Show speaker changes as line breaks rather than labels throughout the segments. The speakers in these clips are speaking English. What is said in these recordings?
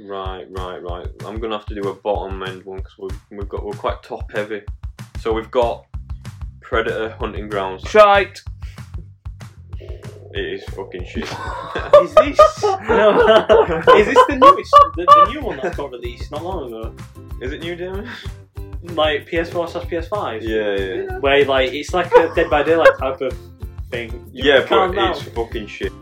Right, right, right. I'm gonna have to do a bottom end one because we've, we've got we're quite top heavy. So we've got Predator Hunting Grounds.
Shite.
It is fucking shit.
Is this? no. Is this the newest, the, the new one that got released not long ago?
is it new, Damon?
Like PS4 slash PS5?
Yeah, yeah,
Where like it's like a Dead by Daylight type of thing.
yeah.
Calm
But
down.
it's fucking shit.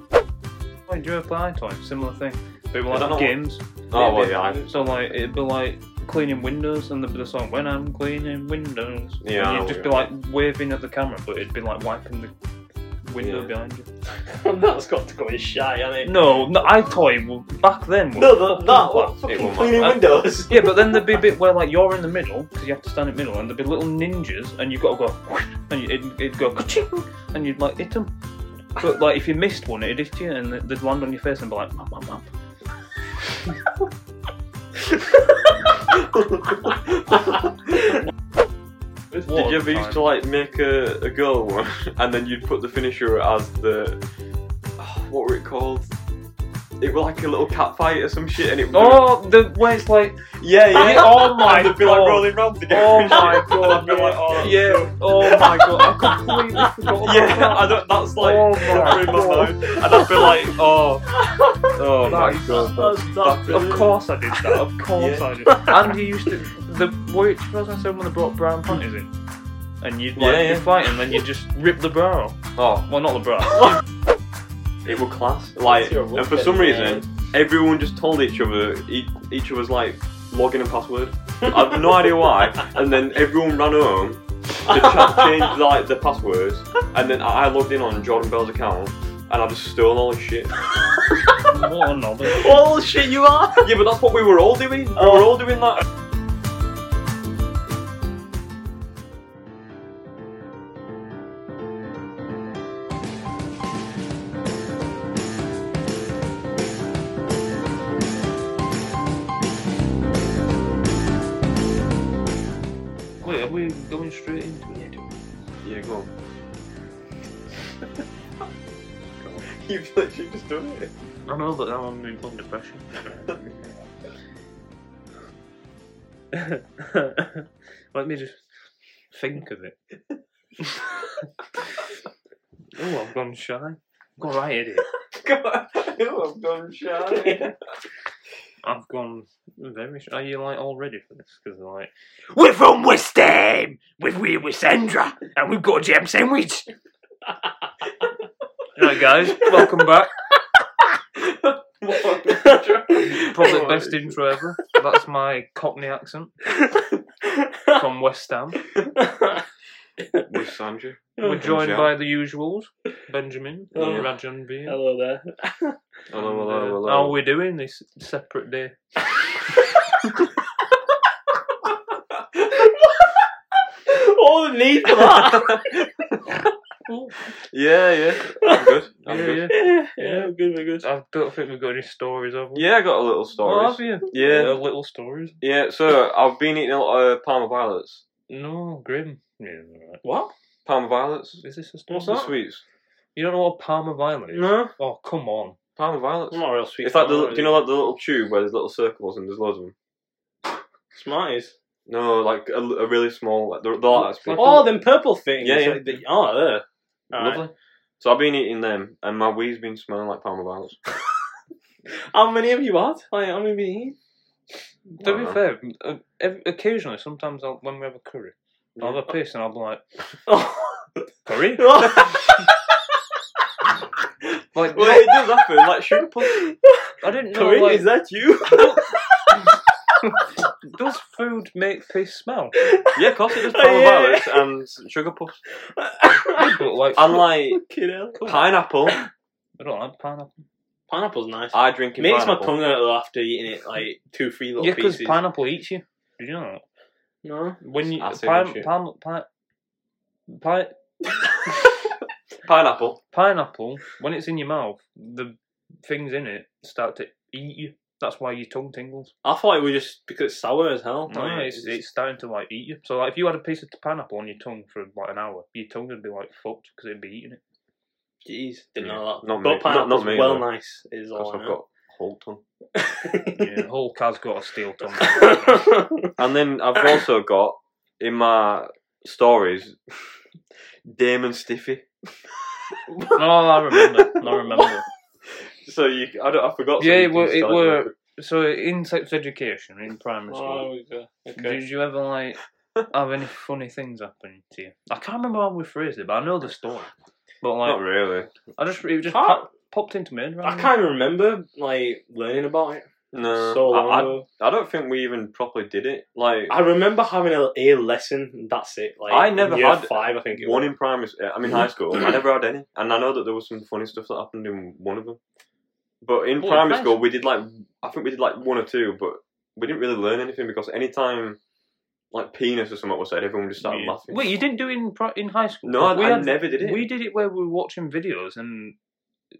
Like Joe Pie time, similar thing. But
Is
we'll
that
have
not-
games.
Oh well,
Yeah,
yeah. I-
So like it'd be like cleaning windows, and there'd be the song "When I'm cleaning windows."
Yeah, I
And
know,
you'd just be
yeah.
like waving at the camera, but it'd be like wiping the window
Yeah.
behind you.
That's got to go in shy, hasn't it?
No, no I thought it was back then. was
No, that,
fucking
that
black.
one.
It
Fucking
won't
cleaning
matter.
windows.
Yeah, but then there'd be a bit where like you're in the middle because you have to stand in the middle, and there'd be little ninjas, and you've got to go, and you- it'd, it'd go, ka-ching, and you'd like hit them. But like if you missed one, it'd hit you, and they'd land on your face and be like, map, map, map.
Did you ever used to like make a, a girl one and then you'd put the finisher as the oh, what were it called? It was like a little cat fight or some shit and it was
Oh, the where it's like,
yeah yeah
Oh my
and they'd be like
God.
rolling round together
oh
and shit.
my god,
And I'd be like,
yeah,
oh,
yeah, oh my god, I completely forgot. About
yeah
that.
I don't, that's like
Oh my
never in my
God.
mind and I'd be like oh oh
That
my
is-
god
that's- that's
fucking-
Of course I did that. Of course
Yeah.
I did. And you used to the which was I said when they brought brown panties in, and you'd like
Yeah, yeah.
be fighting, and then you just rip the bra off.
oh
Well, not the bra.
it was class like
Your
and for some
weapon,
reason everyone just told each other each, each of us like login and password I've no idea why. And then everyone ran home to ch- change like the passwords. And then I I logged in on Jordan Bell's account and I just stole all his shit.
what a novel.
yeah. All shit you are.
Yeah, but that's what we were all doing. We were all doing that.
Wait, are we going straight into it?
Yeah, go on. You've literally just done it.
I know that now I'm in under pressure. Let me just think of it. oh, I've gone shy. Go right, idiot.
God, I've gone shy.
I've gone very. Sh- are you like all ready for this? Because like
We're from West Ham. We're, we're with Sandra, and we've got a jam sandwich.
Right, guys, welcome back. Probably
Oh,
best intro ever. That's my Cockney accent from West Ham.
With Sandra.
We're joined by the usuals, Benjamin,
Oh.
Rajan Beer.
Hello there.
Hello, hello,
And, uh,
hello.
How are we doing this separate day?
All the need for that.
Yeah, yeah. I'm good. I'm
yeah,
good.
yeah.
yeah, we're good. We're good.
I don't think we've got any stories, have we?
Yeah, I got a little
Oh, have
story.
you?
Yeah,
Uh, little stories.
yeah. So I've been eating a lot of Palmer violets.
No, grim. Yeah, right.
What?
Palmer violets.
Is this a story?
What's
The
that?
sweets.
You don't know what Palmer Violet is?
No.
Oh, come on.
Palmer violets.
I'm not a real sweet.
It's like
fan,
the do
really.
you know like the little tube where there's little circles and there's loads of them.
Smarties.
No, like a, a really small. Like, they're, they're like that small.
Oh, them purple things.
Yeah, yeah.
Like the- oh, there. Alright.
lovely. So I've been eating them, and my wee's been smelling like Palmer violets.
How many have you had? Like, how many have you eaten?
To
Wow.
be fair, uh, ev- occasionally, sometimes I'll, when we have a curry, I'll have a piece and I'll be like,
Oh,
curry? Like,
Well, it does happen. Like sugar puff.
I didn't know,
Corinne,
like,
is that you?
does food make piss smell?
Yeah, of course it does.
Oh,
Palmer
yeah.
violets and sugar puffs,
Yeah, but, like, I
and like
Fucking hell.
pineapple.
don't like pineapple.
Pineapple's nice.
I drink
It
in
makes
pineapple.
my tongue out though after eating it like two, three little
Yeah, because
pieces.
pineapple eats you. Did you know that?
no.
When you,
Acid and
pine,
shit.
pine, pine, pine,
Pineapple.
pineapple, when it's in your mouth, the things in it start to eat you. That's why your tongue tingles.
I thought it was just because it's sour as hell.
No,
Like,
it's, it's starting to like eat you. So like, if you had a piece of pineapple on your tongue for like an hour, your tongue would be like fucked because it'd be eating it.
Jeez, didn't
Yeah.
know that.
Not
but
me. Not-
pineapple's
not me,
well
though.
nice is all
Because
I
I've
know.
got Hulk tongue.
yeah, Hulk has got a steel tongue.
And then I've also got in my stories Damon Stiffy.
No, I remember. I remember.
So you, I, don't, I forgot. so
Yeah,
you
it
can
were- it
spell
were- So in sex education in primary
Oh,
school,
we go. Okay.
did you ever like have any funny things happen to you? I can't remember how we phrased it, but I know the story. But
Not
like,
really.
I just it just
Can't-
pop, popped into me.
I can't remember like learning about it
No, um,
so long
Uh, I,
ago.
I, I don't think we even properly did it. Like
I remember having a, a lesson. And that's it. Like
I never
in year
had
five. I think it
one
was.
in primary, s- I mean high school. I never had any, and I know that there was some funny stuff that happened in one of them. But in
Oh,
primary
nice.
school, we did like I think we did like one or two, but we didn't really learn anything because anytime like penis or something was said, everyone just started laughing.
Wait, you didn't do it in pri- in high school?
no, I,
we
I
had
never did it.
We did it where we were watching videos, and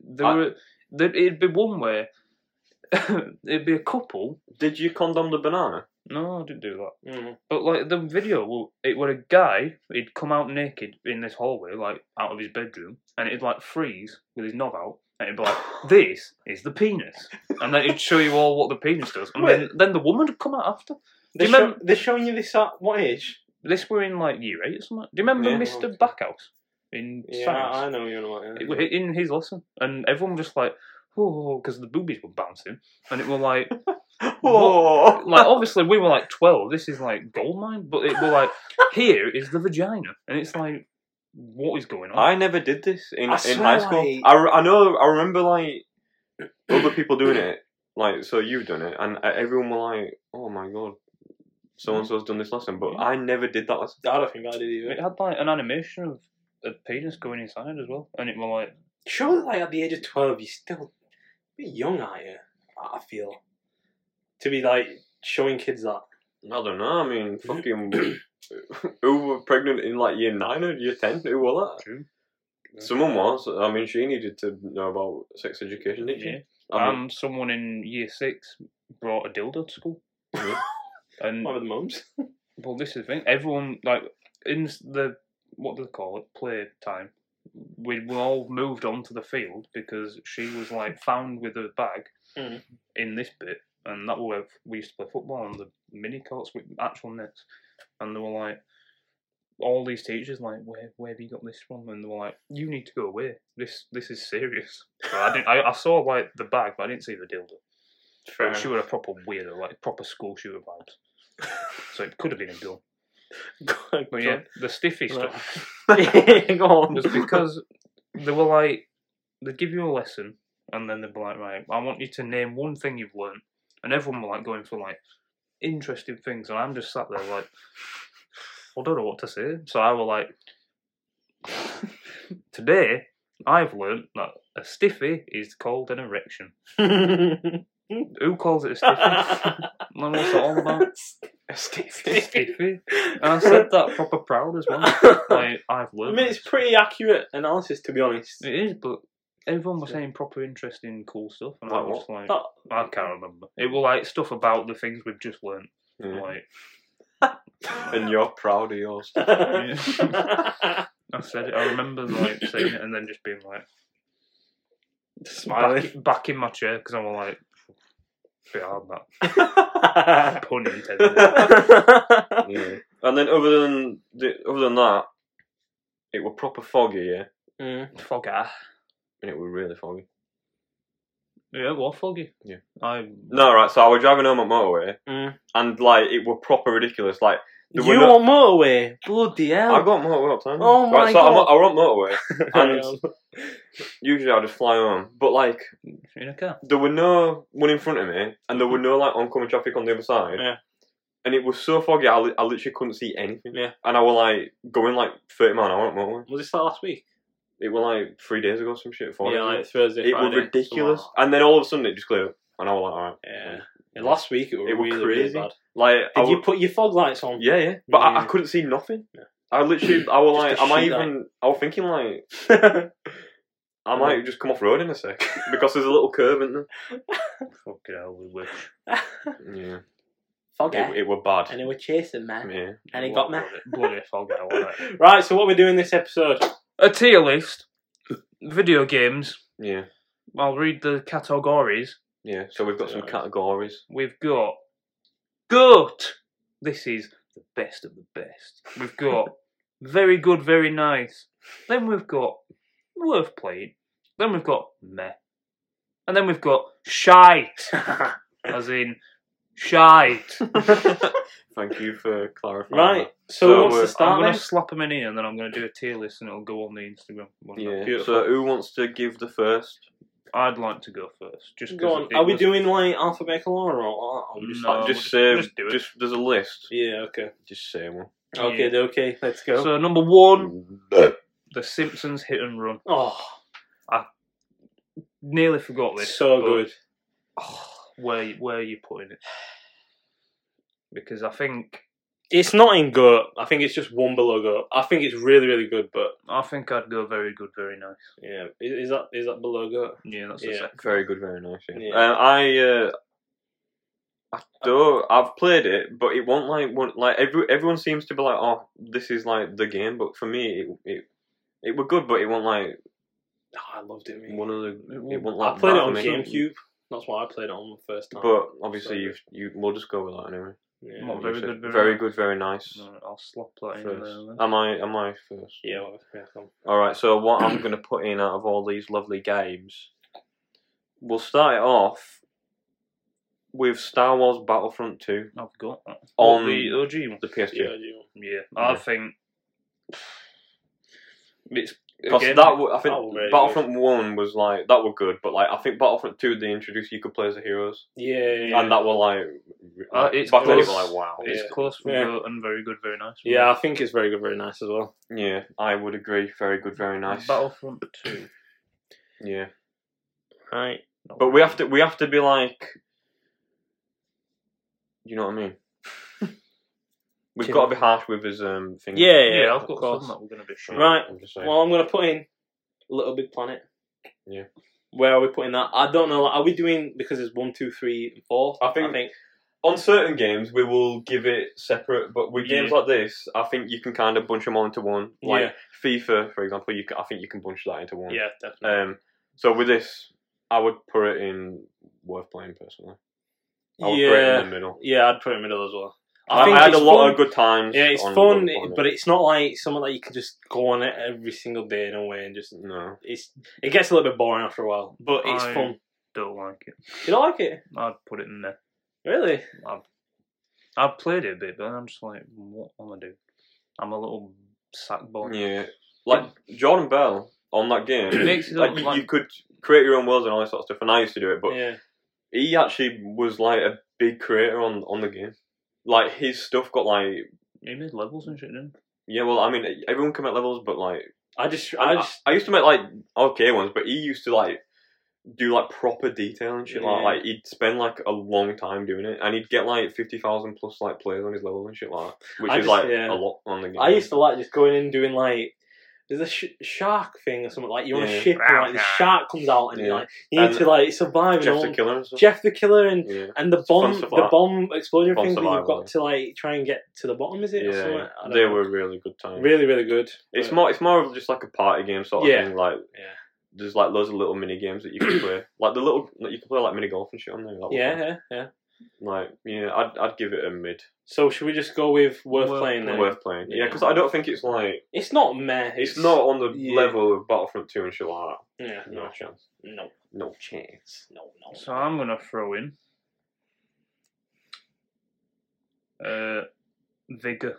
there
I-
were there, it'd be one where it'd be a couple.
Did you condom the banana?
No, I didn't do that.
Mm.
But like the video, w- it were a guy. He'd come out naked in this hallway, like out of his bedroom, and it'd like freeze with his knob out, and it'd be like, "This is the penis," and then it'd show you all what the penis does, and then, then the woman would come out after.
They
you
show-
remember-
they're showing you this at what age?
This were in like year eight or something. Do you remember
Yeah.
Mr. Backhouse in
Yeah,
science?
I know you're not.
It was in his lesson, and everyone was just like, "Oh," because the boobies were bouncing, and it were like,
Whoa!
like obviously we were like twelve. This is like gold mine, but it were like, here is the vagina, and it's like, what is going on?
I never did this in,
I
in
swear,
high school.
like-
I, re- I know, I remember like other people doing it. Like, so you've done it, and uh, everyone were like, oh my god, so and so's done this lesson, but I never did that lesson.
I don't think I did either.
it had like an animation of a penis going inside as well, and it were like,
Surely, like at the age of twelve, you're still a bit young, aren't you? I feel to be like showing kids that.
I don't know, I mean, fucking. who were pregnant in like year 9 or year 10? Who were
true.
that? Someone was. I mean, she needed to know about sex education, didn't she?
Yeah.
I
Um,
mean,
And someone in year six brought a dildo to school,
Yeah.
and
One of the mums.
Well, this is the thing. Everyone like in s- the what do they call it? Play time. We were all moved onto the field because she was like found with a bag
Mhm.
in this bit, and that were we used to play football on the mini courts with actual nets, and they were like. All these teachers like, where where have you got this from? And they were like, you need to go away. This this is serious. So I didn't. I, I saw like the bag, but I didn't see the dildo.
Fair
She was a proper weirdo, like proper school shooter vibes. so it could have been a gun. But Oh, yeah, the stiffy stuff
Go on.
was because they were like, they'd give you a lesson, and then they'd be like, right, I want you to name one thing you've learned. And everyone were like going for like interesting things, and I'm just sat there like, I don't know what to say. So I were like, today I've learned that a stiffy is called an erection. Who calls it a stiffy? and what's it all about? Oh, Stiffy. And I said that proper proud as well. Like, I've
I
learned.
mean, it's
this.
pretty accurate analysis, to be honest.
It is, but everyone was saying proper interesting, cool stuff, and I
Like
was like,
That-
I can't remember. It was like stuff about the things we've just learnt.
yeah.
Like
And you're proud of yours.
I said, it, I remember like saying it, and then just being like
Smiling.
back, back in my chair because I was like, it's a bit hard that pun intended.
That's
yeah. And then other than the, other than that, it were proper foggy, yeah,
Fogger.
and it were really foggy.
Yeah, well, foggy.
Yeah.
I
No, right. So I was driving home at motorway,
Mm.
and like it were proper ridiculous. Like There were
you
no-
on motorway? Bloody hell.
I got motorway up time.
Oh my
right, so I'm,
God.
I were on motorway,
Hang
and usually I just fly home. But like
in a car.
there were no one in front of me, and there were no like oncoming traffic on the other side.
Mm-hmm. Yeah.
And it was so foggy, I, li- I literally couldn't see anything.
Yeah.
And I was like going like 30 mile an hour at motorway.
Was this last week?
It was like three days ago, some shit. Four
yeah,
days ago.
like Thursday.
it
Friday,
was ridiculous.
something
And then all of a sudden it just cleared up. And I was like, alright.
like that. Yeah. Last week it was
It were
really,
crazy.
really bad.
Like, I
Did you
wa-
put your fog lights on?
yeah, yeah. But I, I
Yeah.
couldn't see nothing.
Yeah.
I literally, I was like,
Just a
am I
sheet out.
even, I was thinking like, I
Yeah.
might just come off road in a sec. because there's a little curve, isn't
Fucking hell, we wish.
there? Yeah.
Foggy.
It, it were bad.
and they were chasing man.
Yeah.
And he got me.
Bloody- Bloody fogger. wasn't it?
Right, so what we're doing this episode?
A tier list. Video games.
Yeah.
I'll read the categories.
Yeah, so we've got some
Alright.
categories.
We've got goat. This is the best of the best. We've got very good, very nice. Then we've got worth playing. Then we've got meh. And then we've got shite, as in shite.
Thank you for clarifying.
right.
that.
So,
So,
who wants
uh,
to
I'm
start
going
then?
to slap them in here and then I'm going to do a tier list and it'll go on the Instagram. one
Yeah.
day.
So who wants to give the first?
I'd like to go first. Just
Go
'cause
on.
it
Are we
was-
doing like alphabetical order or? or or just-
No,
Like,
we'll
just
just-
say.
we'll just do it.
just there's a list.
Yeah. Okay.
Just say one.
Okay. Okay. Let's go.
So number one, The Simpsons hit and run.
oh,
Nearly forgot this.
so
but-
good.
where where are you putting it? Because I think
It's not in goat. I think it's just one below goat. I think it's really, really good. But
I think I'd go very good, very nice.
yeah, is, is that is that below goat?
Yeah, that's
Yeah.
the second.
Very good, very nice. Yeah.
Yeah.
Uh, I uh, I do. I've played it, but it won't like one like every everyone seems to be like, oh, this is like the game. But for me, it it it were good, but it won't like
Oh, I loved it. Man.
one of the. It won't like.
I played it
that
on
for me.
GameCube. That's what I played it on the first time.
But obviously,
So-
you've you we'll just go with that anyway.
yeah,
Well, very
You said
good, very nice.
good, very nice.
No, I'll slap that in
First.
there. Then.
Am I am I first?
yeah, well, yeah, come.
All right. So what I'm going to put in out of all these lovely games, we'll start it off with Star Wars Battlefront Two
I've got that.
on
Oh, the
the,
OG one.
PS2.
yeah, you-
Yeah, I
Yeah.
think it's
'Cause
again,
that wa- I
that was
think
really
Battlefront One was like that were good, but like I think Battlefront Two they introduced you could play as a heroes,
yeah, yeah, yeah.
and that were like
Uh, it's
back then it was
close.
like wow.
it's
yeah.
close for
Yeah.
good and very good, very nice. for
yeah, I
me.
think it's very good, very nice as well.
Yeah, I would agree. Very good, very nice.
Battlefront Two.
Yeah.
Right.
But we have to we have to be like you know what I mean? We've
Chill.
got to be harsh with his um thing.
Yeah, yeah,
Yeah,
yeah
I've got some that we're going to be sure.
Right.
I'm just saying.
Well, I'm gonna put in Little Big Planet.
Yeah.
Where are we putting that? I don't know. Are we doing because it's one, two, three, and four?
I think-
I think
on certain games we will give it separate, but with
Yeah.
games like this, I think you can kind of bunch them all into one. Like
Yeah.
FIFA, for example, you can, I think you can bunch that into one.
yeah, definitely.
Um. So with this, I would put it in worth playing personally. I would put it
yeah,
in the middle.
yeah, I'd put it in the middle as well.
I, I had a
it's
lot
fun.
of good times.
Yeah, it's
on
fun,
Little Planet.
but it's not like something that you can just go on it every single day in a way and just.
no.
It's it gets a little bit boring after a while, but it's
I-
fun.
Don't like it.
You don't like it?
I'd put it in there.
Really?
I've played it a bit, but I'm just like, what am I doing? I'm a little sack boy.
Yeah, like Jordan Bell on that
It
game.
makes it
like
look
you,
like-
you could create your own worlds and all that sort of stuff, and I used to do it, but
yeah.
he actually was like a big creator on on the game. Like his stuff got like
He made levels and shit, didn't
yeah, well, I mean, everyone can make levels, but like
I just,
I,
I just,
I used to make like okay ones, but he used to like do like proper detail and shit. Like,
Yeah.
like he'd spend like a long time doing it, and he'd get like fifty thousand plus like players on his level and shit like that, which
I
is
just-
like
yeah.
a lot on the game.
I used to like just going in and doing like. There's a sh- shark thing or something like you're on
Yeah.
a ship and like the shark comes out and
Yeah.
you're like you need
And
to like survive
Jeff
and
the
all.
Killer and stuff.
Jeff the Killer and
yeah.
and the
fun
bomb
stuff like
the
that.
bomb explosion
Fun
thing that you've
survival,
got to like try and get to the bottom is it or something?
Yeah,
I don't
they
know.
were really good times.
really really good.
It's
but-
more it's more of just like a party game sort of
Yeah.
thing. Like
Yeah.
there's like loads of little mini games that you can play. Like the little like, you can play like mini golf and shit on there. That was
yeah
fun.
yeah yeah.
Like yeah, I'd I'd give it a mid.
So should we just go with worth
Worth
playing then?
Worth playing. Yeah,
Yeah.
because I don't think it's like
It's not meh.
it's, not on the
yeah.
level of Battlefront Two and shit like
Yeah.
that. No chance.
No.
No chance.
No.
he? So I'm going to throw in uh, Vigor.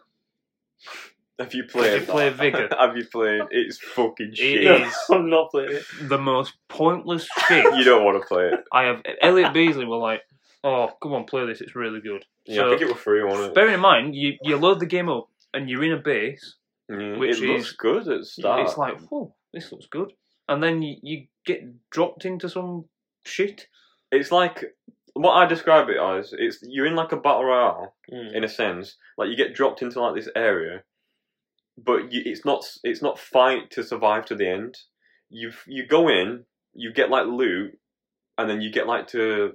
Have you played?
Did you play
that?
Vigor?
Have you played? It's fucking shit.
It is
No. I'm not playing it.
the most pointless shit
You don't want to play it.
I have. Elliot Beasley were like, oh, come on, play this, it's really good.
Yeah, I
So-
think it was free on it.
Bearing in mind, you, you load the game up and you're in a base,
Yeah,
which
it looks
is-
good at the start.
It's like, whoa, this looks good. And then you, you get dropped into some shit.
It's like what I describe it as. It's you're in like a battle royale
Mm.
in a sense. Like you get dropped into like this area, but you, it's not it's not fight to survive to the end. You you go in, you get like loot, and then you get like to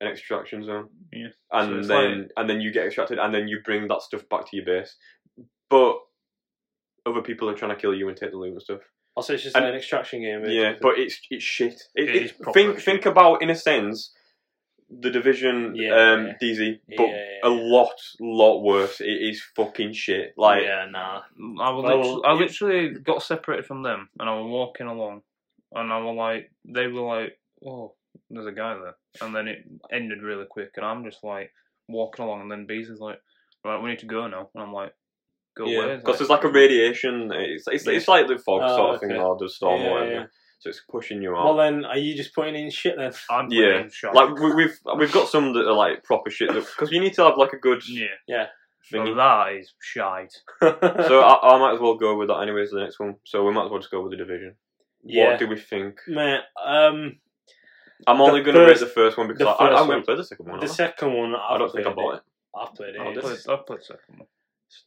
an extraction zone.
Yeah. So
And
it's
then and then you get extracted, and then you bring that stuff back to your base, but. Other people are trying to kill you and take the loot and stuff.
Also, it's just
And-
an extraction game.
Yeah, but it's it's shit. It,
It
it-
is proper
think
shit.
think about in a sense the division
Yeah.
um, DZ, but
Yeah, yeah,
a
yeah.
lot, lot worse. It is fucking shit. Like
yeah, nah.
I, was
Well,
literally, I
it-
literally got separated from them and I was walking along and I was like, they were like, oh, there's a guy there. And then it ended really quick and I'm just like walking along and then Bees is like, right, we need to go now. And I'm like, go
Yeah,
where? He's
because
like,
there's like a radiation. It's it's, it's like the fog
Oh,
sort of thing
okay.
or the storm
Yeah,
or whatever.
yeah.
So it's pushing you
Well,
out.
then, are you just putting in shit then?
I'm
Yeah,
yeah, shocked.
like we, we've we've got some that are like proper shit because you need to have like a good.
yeah.
Yeah.
So that is shite.
So I, I might as well go with that anyways. The next one. So we might as well just go with the division.
yeah,
What do we think?
man. Um,
I'm
The
only going to rate
first-
the first one because
the
I,
first
I'm going
one.
to play the second one.
the
aren't I?
second one, I've
I don't think I
played
bought it.
I've played it.
I've
It's-
played, I've played second one.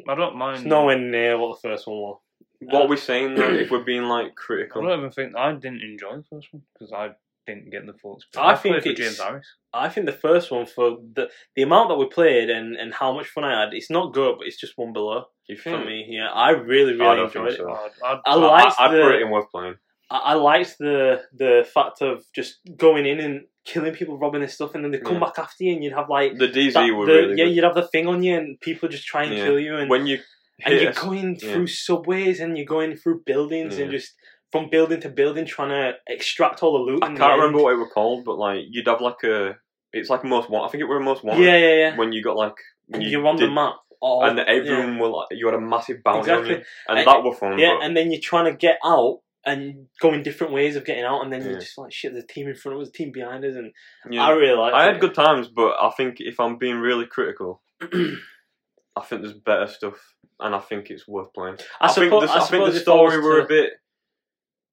I don't mind.
Oh, It's nowhere near what the first one was.
What are we saying though? if we're being like
I
critical,
don't even think I didn't enjoy the first one because I didn't get the full experience. I,
I
played
think
for
it's-
James Harris.
I think the first one for the the amount that we played and, and how much fun I had, it's not good, but it's just one below
you
for
think? Oh,
me. Yeah, I really
I
really
don't
enjoyed
think
it.
so.
I'd, I'd,
I
I,
liked
I, I'd
the
put it in worth playing.
I, I liked the the fact of just going in and killing people, robbing and stuff, and then they come back after you, and you'd have like
The DZ
that-
were
the-
really
yeah,
good.
you'd have the thing on you, and people just try and
Yeah.
kill you, and
when you
and
hit
you're
a-
going
yeah.
through subways and you're going through buildings and
Yeah.
just from building to building trying to extract all the loot.
I
in
can't
the
remember
end.
what it were called, but like you'd have like a. It's like most one. I think it were most one.
yeah, yeah, yeah.
When you got like when
And
you
you're on
did-
the map. all-
and everyone were like you had a massive bounty on
Exactly.
you, and
And-
that were fun.
yeah. yeah,
but
and then you're trying to get out and going different ways of getting out, and then
Yeah.
you're just like, shit, there's a team in front of us, a team behind us, and
yeah.
I really like.
I had good times, but I think if I'm being really critical, I think there's better stuff, and I think it's worth playing. I, think the, I, think the story were a bit.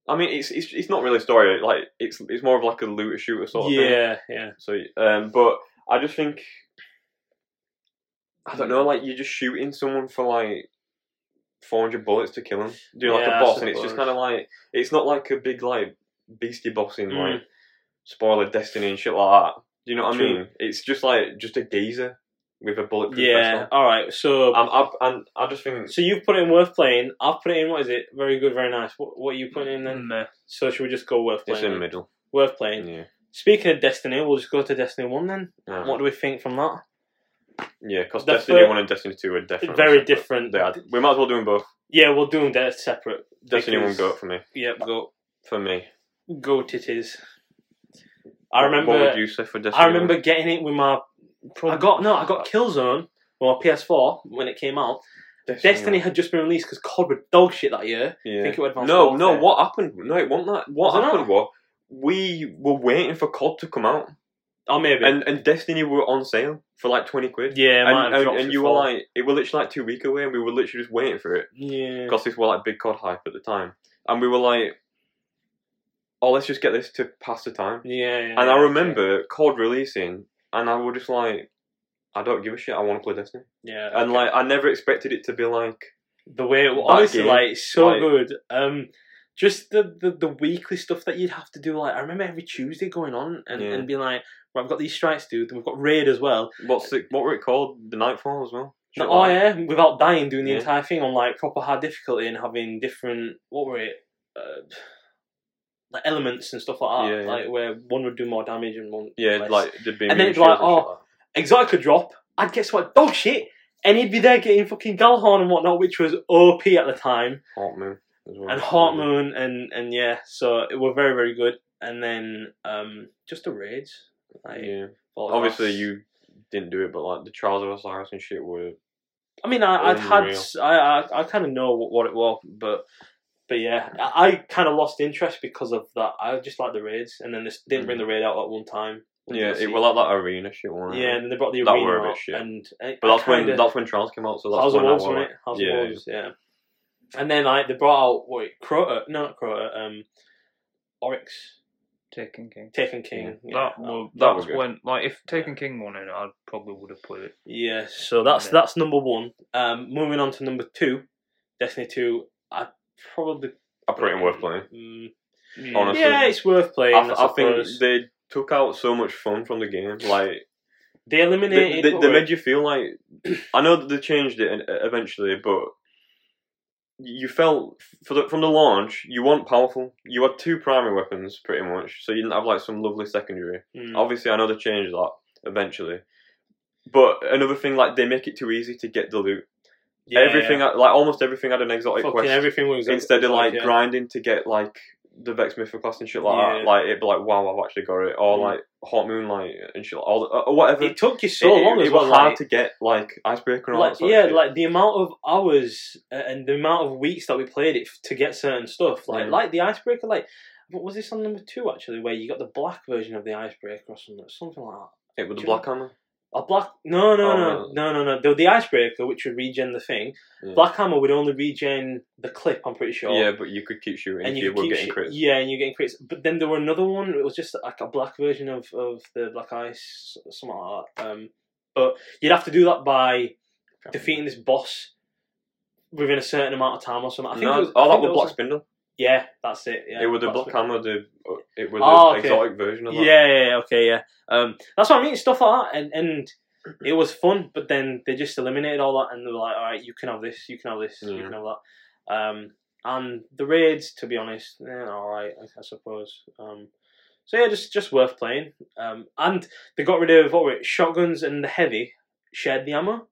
I mean, it's, it's it's not really a story. Like it's it's more of like a looter shooter sort of thing.
Yeah, yeah.
So, um, but I just think I don't know. Like you're just shooting someone for like 400 bullets to kill him. Doing like
Yeah, I
a boss, and it's just
suppose.
kind of like it's not like a big like beastie boss in
Mm.
like spoiler destiny and shit like that. Do you know what I
True.
mean? It's just like just a geezer with a bulletproof
Yeah.
vest
All right. So,
on. I'm, I'm, I'm, I just think
so you've put it in worth playing. I've put it in. What is it? Very good. Very nice. What, what are you putting in then?
meh.
So should we just go worth
Mm. it's
playing?
in the
then?
middle.
Worth playing.
Yeah. Uh-huh.
Speaking of Destiny, we'll just go to Destiny One then.
Yeah.
What do we think from that?
Yeah, because
The
Destiny
fir-
1 and Destiny 2 are definitely
Very
separate.
different.
They are. We might as well do them both.
Yeah, we'll do them de- separate.
Destiny 1
Because-
go up for me.
Yep, go
For me.
go titties. I
What-
remember.
What would you say for Destiny
I
1?
remember getting it with my. I got no, I got Killzone on my PS4 when it came out. Destiny had just been released because COD were dog shit that year.
Yeah.
I think it was Advanced
no,
Warfare.
no, what happened? No, it wasn't that. What
Was it
happened
not?
was we were waiting for COD to come out,
Oh, maybe.
and, and Destiny were on sale for like 20 quid.
yeah, it might
and
have
and,
dropped
and you were
before.
like, it were literally like two weeks away, and we were literally just waiting for it
yeah,
because this were like big COD hype at the time. And we were like, oh, let's just get this to pass the time.
yeah, yeah.
And I remember COD releasing, and I was just like, I don't give a shit. I want to play Destiny,
yeah,
and like I never expected it to be like
the way it was
That
honestly
game,
like it's so
like-
good. Um, just the, the the weekly stuff that you'd have to do. Like I remember every Tuesday going on and,
Yeah.
and being like, well, I've got these strikes, dude. And we've got raid as well.
what's it, what were it called? The Nightfall as well.
No,
Shit
oh
like that.
yeah, without dying, doing the
Yeah.
entire thing on like proper hard difficulty and having different what were it, uh, like elements and stuff like that.
Yeah, yeah.
Like where one would do more damage and one
Yeah,
less.
like there'd be
And then
immune
it'd be like,
shields and shit
oh,
like that.
exotic would drop. I'd guess what dog shit, and he'd be there getting fucking Galahorn and whatnot, which was OP at the time.
Hawk Moon as well.
and Hot Moon and and yeah, so it were very very good. And then um just the raids, like
Yeah.
Fall
Obviously,
Guys.
you didn't do it, but like the Trials of Osiris and shit were.
I mean, I, I'd had
Unreal.
I I, I kind of know what, what it was, but but yeah, I, I kind of lost interest because of that. I just like the raids, and then they s- didn't bring the raid out at one time.
Mm. Yeah, it
Obviously.
was like that arena shit one.
Yeah, and then they brought the
That
arena
were a bit
out,
shit.
and it-
but that's
I kinda-
when that's when Trials came out, so that's
House of
when I
Wolves,
was
wasn't
like,
it? House
Yeah,
of Wolves, yeah. And then like they brought out what Crota, no not Crota, um, Oryx,
Taken King.
Taken King.
That,
yeah.
was,
that
that
was
was
good.
when, like, if Taken King won it, I probably would have played it.
Yeah, so that's
Yeah.
that's number one. Um, moving on to number two, Destiny Two. I probably
I put it in worth playing.
Mm,
Yeah.
Honestly.
yeah, it's worth playing.
I, I think
suppose. they,
they took out so much fun from the game. Like they,
eliminated.
they,
what
they
were it?
made you feel like I know that they changed it uh, eventually, but you felt for the, from the launch you weren't powerful. You had two primary weapons pretty much, so you didn't have like some lovely secondary.
Mm.
Obviously, I know they changed that, eventually. But another thing, like they make it too easy to get the loot.
Yeah,
everything, I- like almost everything, had an exotic
fucking
quest
everything was
instead of like
yeah.
grinding to get like the Vex Mythical class and shit like
Yeah.
that. Like it'd be like, wow, I've actually got it, or
Mm.
like Hot Moonlight and shit, like, all the, or whatever.
It took you so
It- it-
long
it,
as well.
was hard
like-
to get like icebreaker and all
like,
that sort
yeah,
of shit.
like the amount of hours uh, and the amount of weeks that we played it f- to get certain stuff, like
Mm.
like the icebreaker, like what was this on number two actually, where you got the black version of the icebreaker or something, something like that.
it with the
do-
black hammer.
A black? No, no,
Oh,
no,
really?
no, no, no. The, the icebreaker, which would regen the thing,
Yeah.
black hammer would only regen the clip. I'm pretty sure.
Yeah, but you could keep shooting
And
if
you,
you
could
were
keep
getting
shi-
crits.
Yeah, and you're getting crits. But then there were another one. It was just like a black version of, of the black ice, something like that. Um, but you'd have to do that by defeating this boss within a certain amount of time or something. I think
no,
it was, I
oh,
think
that
it
was Black
was-
Spindle.
Yeah, that's it. Yeah,
it was the
Black
Black
Spindle.
Hammer. The it was
Oh,
the
okay.
exotic version of that.
Yeah, yeah, yeah, okay, yeah. Um, that's what I mean. Stuff like that, and and it was fun. But then they just eliminated all that, and they were like, "All right, you can have this, you can have this, you
Yeah.
can have that." Um, and the raids, to be honest, they're all right, I, I suppose. Um, so yeah, just just worth playing. Um, and they got rid of what were it? Shotguns and the heavy shared the ammo.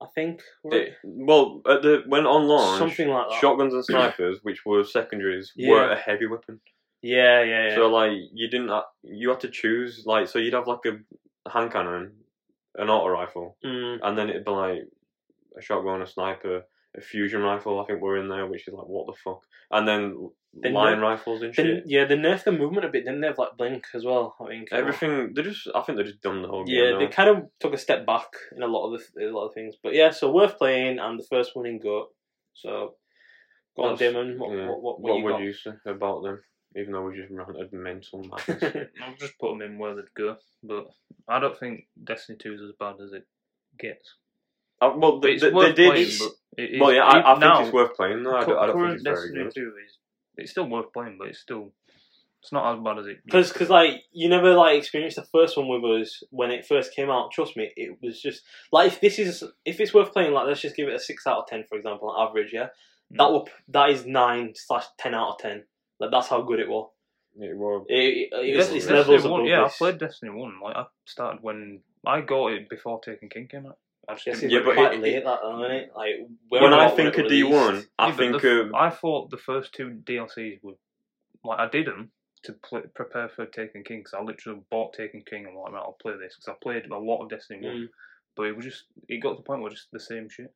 I think were it?
It- well, at the when on launch,
something like that.
shotguns and snipers, which were secondaries,
Yeah.
were a heavy weapon.
yeah, yeah, yeah.
So like you didn't ha- you had to choose like so you'd have like a hand cannon, an auto rifle,
Mm,
and then it'd be like a shotgun, a sniper, a fusion rifle. I think were in there, which is like what the fuck, and then
Then
line rifles and
then,
shit.
yeah, they nerfed the movement a bit, didn't they? Have like blink as well. I think
Everything they just I think they just done the whole game.
Yeah,
now.
they kind of took a step back in a lot of the, a lot of things, but yeah, so worth playing and the first one in Goat. So go on,
That's-
Damon. What,
yeah.
what, what,
What
what,
would
you
you say about them? Even though we just ranted mental
got?
madness.
I'll just put them in where they'd go, but I don't think Destiny 2 is as bad as it gets.
Uh, well, they,
It's
they, they
worth
did.
playing, but it is,
well, yeah, I,
it-
I think
now,
it's worth playing. though. I don't, I don't think
current
it's very
Destiny
good.
2 is it's still worth playing, but it's still it's not as bad as it.
Because cause, like you never like experienced the first one with us when it first came out. Trust me, it was just like if this is if it's worth playing, like let's just give it a six out of ten, for example, on average. Yeah,
Mm.
that will that is nine slash ten out of ten. Like that's how good it was.
It was.
It, it, it was
Destiny-
it's
Destiny
levels
one,
above
Yeah, I
this.
played Destiny One. Like I started when I got it before Taken King came out. I just
Guess
didn't
it's
Yeah,
play
but
quite
it-
late that, though, isn't it? Like
When
Well,
I
no,
think of
of
D one, I
Yeah, but
think um,
the,
of
f- I thought the first two DLCs were like I did them to pl- prepare for Taken King because I literally bought Taken King and like, right, I'll play this because I played a lot of Destiny One,
Mm.
but it was just it got to the point where just the same shit,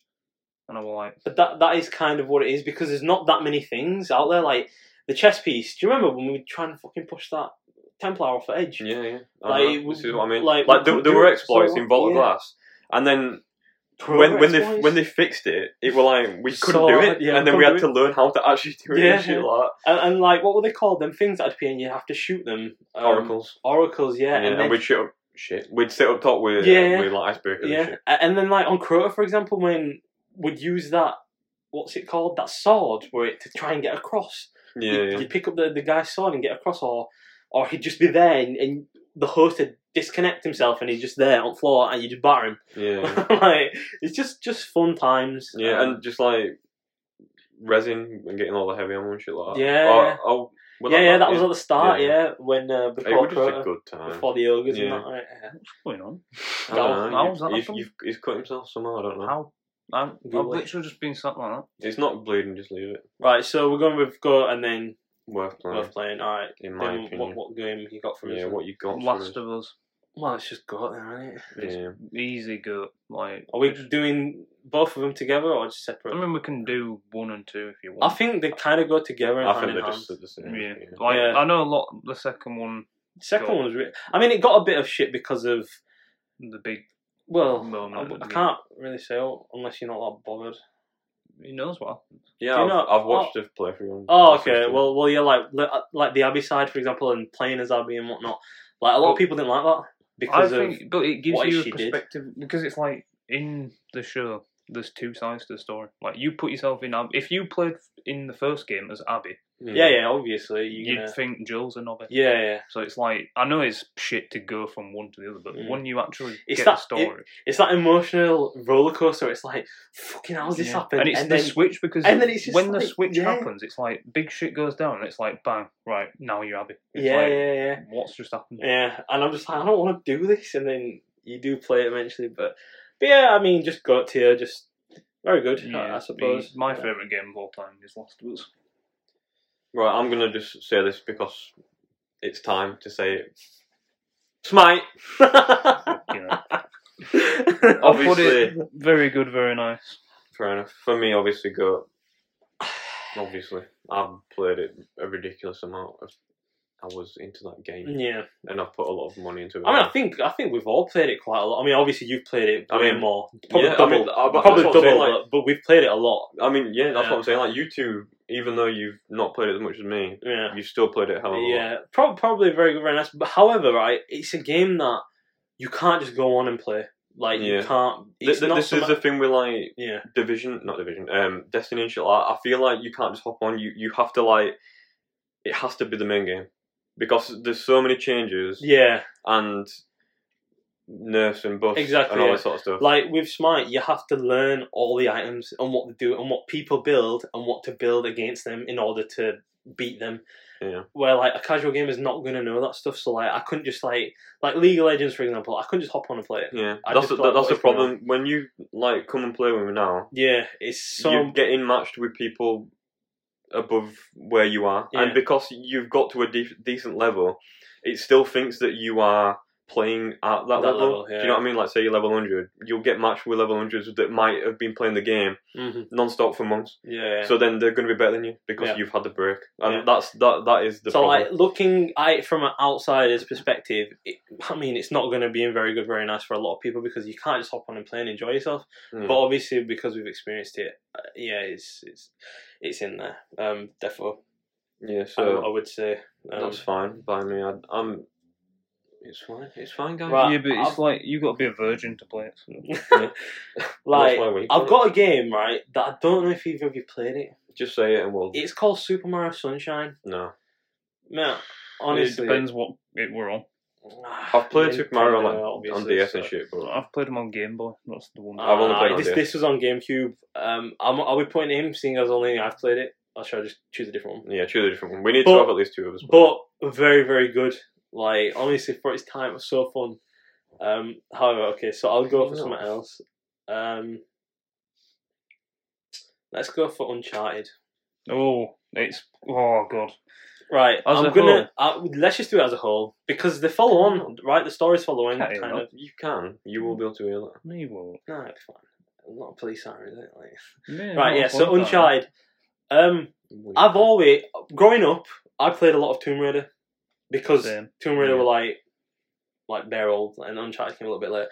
and I was like,
But that that is kind of what it is because there's not that many things out there. Like the chess piece. Do you remember when we were trying to fucking push that Templar off the edge?
yeah, yeah. I
Like,
know, this is what I mean.
like,
Like,
we
there,
could
there
do
were
it,
exploits
so,
in Vault of
yeah.
Glass, and then
Pro
when when they
exploits.
when they fixed it, it were like we couldn't
So
do
hard,
it,
yeah,
and then
we
we had
couldn't
to learn how to actually do it.
Yeah.
and shit like
and, and like what were they called? Them things that'd appear and you have to shoot them.
that.
Um,
Oracles.
Oracles, yeah.
Yeah,
and
and,
then,
we'd shit up. Shit, we'd sit up top with
Yeah.
with like icebreakers and
yeah.
shit.
A- And then like on Crota, for example, when would use that. What's it called? That sword, where it to try and get across.
Yeah,
you'd,
yeah.
you'd pick up the, the guy's sword and get across, or or he'd just be there and, and the host would disconnect himself and he's just there on the floor and you just batter him.
yeah.
like it's just just fun times.
Yeah,
Um,
and just like resin and getting all the heavy armor and shit like that.
Yeah.
Or- or- well,
yeah, yeah, that was at
yeah.
the start. Yeah,
Yeah.
when uh,
It
before
was just a
Crota-
good time.
before the ogres
Yeah.
and that. Right? Yeah.
what's going on?
I don't know,
How
you-
was that
he's,
happen?
you've- he's cut himself somehow. I don't know.
How? I'm, I've
Really?
literally just been sat like that.
It's not bleeding. Just leave it.
Right, so we're going with go and then
Worth playing,
worth playing. All right,
in my
then
opinion.
what, what game you got for us?
yeah, what you got?
Last
from
of Us,
Well, it's just go then, right?
us? yeah.
easy go. Like
Are we doing both of them together or just separate?
I mean, we can do one and two if you
I
want.
think they kind of go together. and
I
hand
think
in
they
hand.
just did the same.
yeah.
yeah.
like
Yeah.
I know a lot. The second one,
Second
Go.
one was, re- I mean, it got a bit of shit because of
the big
well,
Moment
I,
at the
I can't really say oh, unless you're not that bothered.
he knows what.
Yeah,
Do you
I've,
know-
I've watched the playthrough. on-
Oh,
on
okay.
system.
Well, well, yeah, like li- uh, like the Abbey side, for example, and playing as Abbey and whatnot. Like a lot
Well,
of people didn't like that because
I
of
think, but it gives
what
you a
she did.
perspective because it's like in the show. There's two sides to the story. Like you put yourself in. Ab- If you played in the first game as Abby,
Yeah, yeah, obviously.
You'd
You know.
think Joel's a knobhead.
Yeah, yeah.
So it's like I know it's shit to go from one to the other, but
Mm.
when you actually
It's
get
that-
the story,
It's that emotional roller coaster. It's like, fucking, how's this
Yeah.
happened?
and it's the
then,
switch because
and then it's just
when the
like,
switch
yeah.
happens, it's like big shit goes down, and it's like bang, right now you're happy. It's
yeah,
like,
yeah, yeah,
What's just happened?
yeah. And I'm just like, I don't want to do this. And then you do play it eventually, but, but yeah, I mean, just got here, just very good,
Yeah,
I, I
the-
suppose.
my
Yeah.
favorite game of all time is Last of Us.
Right, I'm gonna just say this because it's time to say it. Smite.
You know, I put it
Obviously,
very good, very nice.
fair enough. For me, obviously, go. Obviously, I've played it a ridiculous amount. Of, I was into that game,
yeah,
and I've put a lot of money into it.
Mm. I mean, I think I think we've all played it quite a lot. I mean, obviously you've played it
I
way
mean,
more, probably
yeah, I
double,
mean, uh, but
probably
that's what I'm
double,
saying, like-
but, but we've played it a lot.
I mean, yeah, that's
Yeah.
what I'm saying. Like you two, even though you've not played it as much as me,
Yeah,
you've still played it. However,
Yeah, prob- probably very good, very nice. But however, right, it's a game that you can't just go on and play. Like you
Yeah.
can't.
Th-
It's
th-
not
this
so
is
much-
the thing with like
yeah,
division, not division, um, Destiny and shit. Like, I feel like you can't just hop on. You you have to like, it has to be the main game because there's so many changes
yeah.
and nerfs and buffs
Exactly,
and all
yeah.
that sort of stuff.
Like with Smite, you have to learn all the items and what to do and what people build and what to build against them in order to beat them.
Yeah.
Where like a casual gamer is not going to know that stuff. So like, I couldn't just like like League of Legends for example. I couldn't just hop on and play it.
yeah,
I
that's the,
just thought,
that's
what
the
if we
problem when you like come and play with me now.
Yeah, it's so
you're getting matched with people above where you are,
Yeah.
and because you've got to a de- decent level, it still thinks that you are playing at that, level.
level,
Do
yeah.
you know what I mean? Like, say you're level 100, you'll get matched with level 100s that might have been playing the game
Mhm.
non-stop for months.
yeah.
So then they're going to be better than you because
Yeah.
you've had the break, and
Yeah.
that's that. That is the
so
problem.
like looking at it from an outsider's perspective, it, I mean, it's not going to be very good, very nice for a lot of people because you can't just hop on and play and enjoy yourself.
Mm.
But obviously, because we've experienced it, uh, yeah, it's it's it's in there. Um, therefore,
yeah,
I-
so
I, would say um,
that's fine by me. I, I'm. It's fine. It's fine, guys.
Right,
yeah, but it's
I've-
like you got to be a virgin to play it. So.
That's
like
why we-
I've got a game right that I don't know if either of you played it.
Just say it, and we'll.
It's called Super Mario Sunshine.
no,
Man, honestly, ah,
it depends what it were on.
I've played Super Mario on, like,
Obviously,
on DS and
so-
shit, but
I've played them on Game Boy. That's the one.
I've only
Ah,
played it on
this,
DS.
this was on GameCube. Um, I'm, are we putting him, seeing as only I've played it? Or should I just choose a different one?
Yeah, choose a different one. We need
But-
to have at least two of us.
But very, very good. Like, honestly, for its time, it was so fun. Um, however, okay, so I'll go for
No.
something else. Um, let's go for Uncharted.
Oh, it's oh god.
Right,
As a
I'm gonna I, let's just do it as a whole because they follow on, right? The stories follow on,
Okay,
kind
well.
of.
you can. You will be able to hear that.
Me won't.
No, it'd be fine. I'm not a police siren, is it? Like,
Yeah,
right,
no,
yeah.
I've
So
played that.
Uncharted. Um, I've always growing up, I played a lot of Tomb Raider because
Same.
Tomb Raider
Yeah.
were like like bare old, and Uncharted came a little bit later.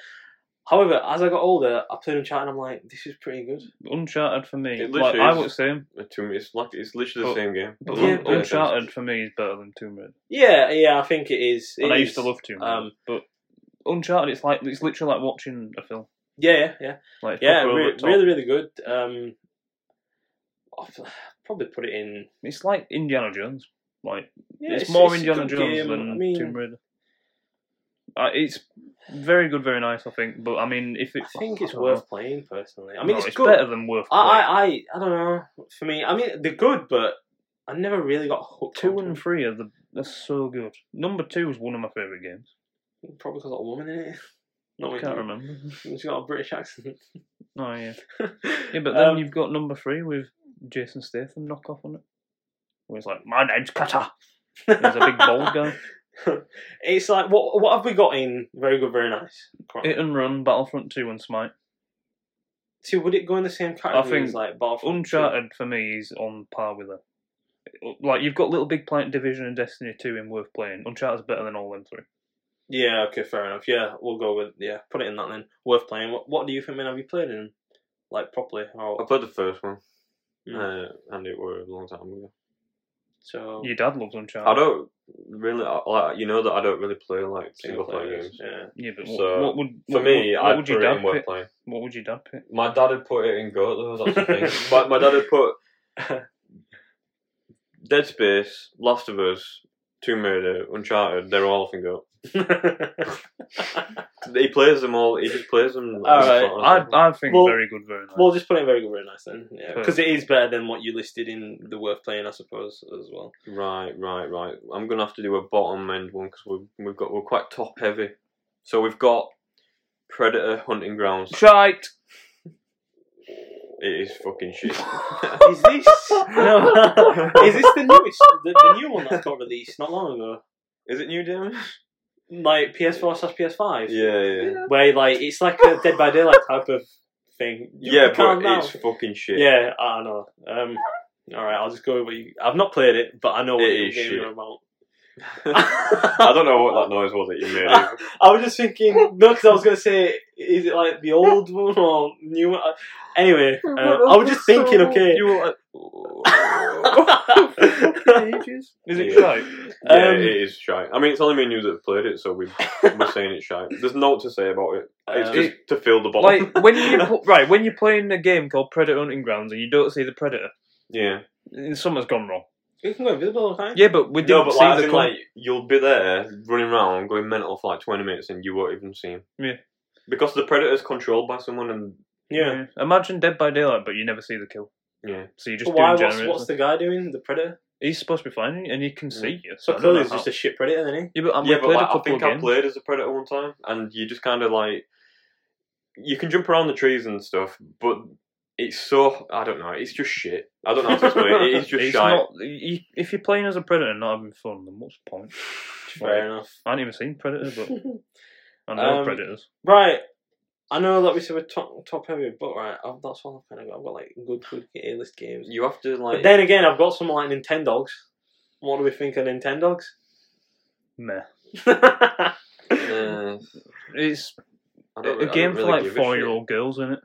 However, as I got older, I played Uncharted, and I'm like, this is pretty good.
Uncharted for me.
It
Like,
literally
I
is.
would say,
Uh, To me, it's like it's literally the
But-
same game.
but
Yeah,
Un-
but-
Uncharted for me is better than Tomb Raider.
Yeah, yeah, I think it is. It
and I
is.
used to love Tomb Raider,
um,
but Uncharted, it's like it's literally like watching a film.
Yeah, yeah, yeah,
Like it's
yeah
proper over
re-
the top.
really, really good. Um, I'll probably put it in.
It's like Indiana Jones. Like
Yeah,
it's, more
a
Indiana
good
Jones
game,
than
I mean,
Tomb Raider. Uh, it's very good, very nice, I think. But I mean, if it,
I think it's
don't know.
worth playing personally. I mean,
No,
it's,
it's,
good.
better than worth.
I,
playing.
I, I, I don't know. For me, I mean, they're good, but I never really got hooked.
two
onto
and three are the they're so good. Number two is one of my favorite games.
them. probably because of a woman in it. Not
I
with
can't
you.
remember.
She's got a British accent.
Oh yeah, yeah. But then
Um,
you've got number three with Jason Statham knockoff on it. Where he's like, "My name's Cutter." And There's a big bald guy.
It's like what? What have we got in? Very good, very nice. Crap.
Hit and Run, Battlefront Two, and Smite.
See, would it go in the same category
think
as like Battlefront?
Uncharted for me is on par with it. Like you've got Little Big Planet Division and Destiny Two in worth playing. Uncharted's better than all them three.
Two? Yeah. Okay. Fair enough. Yeah, we'll go with yeah. Put it in that then. Worth playing. What What do you think? Man, have you played in like properly?
I
Or,
played the first one,
Mm.
uh, and it was a long time ago.
so
Your dad loves
Oh. I
Uncharted.
don't really I- like. You know that I don't really play like single
single
player games.
Yeah.
Yeah, but what,
So,
what would
For
what,
me,
what,
I
would
would put
your
it
dad
in worth
pick?
playing.
What would your dad pick?
My dad had put it in Goat though. That's the thing. my, my dad had put Dead Space, Last of Us, Tomb Raider, Uncharted, they're all I think up. He plays them all, he just plays them.
All right,
I, I think
Well-
very good, very nice.
we'll just put it in very good, very nice then. Yeah,
Perfect.
because it is better than what you listed in the worth playing, I suppose, as well.
Right, right, right. I'm gonna have to do a bottom end one because we've we've got we're quite top heavy. So we've got Predator Hunting Grounds.
Shite.
It is fucking shit.
Is this no? is this the newest, the, the new one that got released not long ago?
is it new, Damon?
Like PS4 slash PS5,
Yeah, yeah,
where like it's like a Dead by Daylight type of thing. You
yeah.
can't
But
now.
it's fucking shit.
yeah, I know. Um, all right, I'll just go with what you. I've not played it, but I know what
It
you're
is
gaming
shit.
about.
I don't know what that noise was that you made. either.
I was just thinking, no, because I was going to say, is it like the old one or new one? Anyway, uh, I was just thinking, okay.
you were like,
uh,
Ages. Is it
Yeah.
shite?
yeah,
Um,
it is shite. I mean, it's only me and you that have played it, so we we're saying it's shite. There's no to say about it. It's
Um,
just to fill the bottom.
Like when you pl- right when you're playing a game called Predator Hunting Grounds and you don't see the predator,
yeah.
something's gone wrong.
you can go invisible, can't you?
Yeah, but we
No,
didn't
but
see
like, as
the
in,
com-
like you'll be there running around going mental for like twenty minutes and you won't even see him.
Yeah.
Because the predator's controlled by someone and
Yeah.
Imagine Dead by Daylight, but you never see the kill.
yeah.
So you just
But why?
doing
What's,
generators.
what's the guy doing? The predator.
He's supposed to be flying, and he can see you.
So
I don't know
clearly, he's
how-
just a shit predator, then he.
yeah, but, um, we
yeah, but
played a
like, I
couple
think
of
I
games.
played as a predator one time and you just kinda like you can jump around the trees and stuff, but it's so I don't know, it's just shit. I don't know how to explain it. It's just
It's
shite.
not, you, if you're playing as a predator and not having fun, then what's the point?
Fair enough.
I haven't even seen predators, but I know
Um,
predators.
Right. I know that we said we're top, top heavy, but right, I've, that's all I've kind of got. I've got like good, good A-list games.
You have to
But
like
then again, I've got some like Nintendogs. What do we think of Nintendogs?
Meh.
uh,
It's
I
a
don't, I don't
game for
really
like
give a
four-year-old girls, isn't it?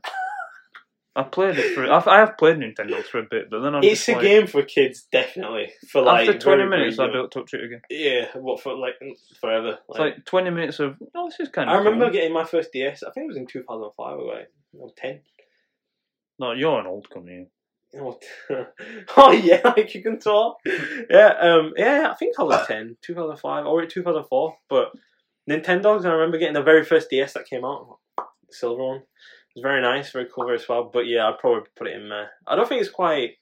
I played it for. I've, I have played Nintendo for a bit, but then I'm
it's
just
a
like,
game for kids, definitely. For like
After 20
very, very
minutes, I
young.
don't touch it again.
Yeah, what for like forever.
It's like 20 minutes of. Oh, this is kind of.
I remember getting my first DS. I think it was in 2005 or like or 10.
No, you're an old company.
Oh, oh yeah, like you can talk. Yeah, um, yeah, I think I was 10, 2005 or 2004. But Nintendogs, I remember getting the very first DS that came out, silver one. It was very nice, very cool, very swell. But yeah, I'd probably put it in there. I don't think it's quite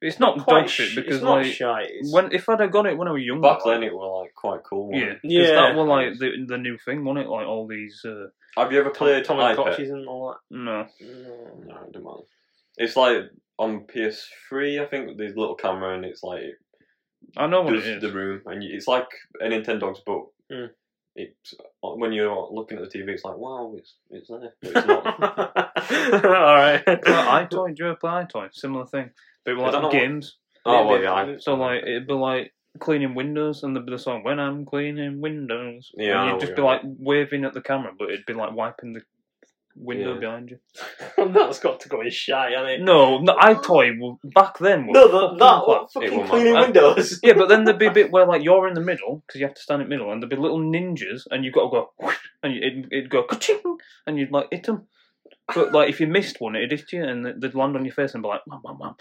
It's not
quite
dog
sh-
shit
it's
because
not
like
shy. It's,
when if I'd have got it when I was
shit.
younger,
Back
like,
then it were like quite cool. wasn't
yeah,
it?
'cause
Yeah.
that was like the the new thing, wasn't it? Like all these. Uh,
Have you ever played uh,
Tom
iPad?
and Cotchies and all
no,
that. No.
No, Mm, it doesn't matter. It's like on PS3, I think, with this little camera, and it's like it
I know what
does
Oh, it is.
the room, and you, it's like a Nintendo's, but
Mm.
it's uh, when you're looking at the TV, it's like wow, it's it's there, but it's not.
all right.
like, iToy, do you ever play iToy? Similar thing. They were
Is that
like
not
games.
oh well, yeah, I,
So like it'd be like cleaning windows, and there'd be the song "When I'm cleaning windows."
Yeah, I
and
know
you'd
what
just
you
be
mean.
like waving at the camera, but it'd be like wiping the window
Yeah.
behind you.
That's got to go in shy, hasn't it?
No, no iToy were- back then. were
No, the,
fucking
that
class.
what,
It
fucking
won't
cleaning
matter.
windows.
Yeah, but then there'd be a bit where like you're in the middle because you have to stand in the middle, and there'd be little ninjas, and you got to go, whoosh, and you, it'd, it'd go ka-ching, and you'd like hit them. But like if you missed one, it'd hit you, and th- they'd land on your face and be like, "Mom, mom, mom."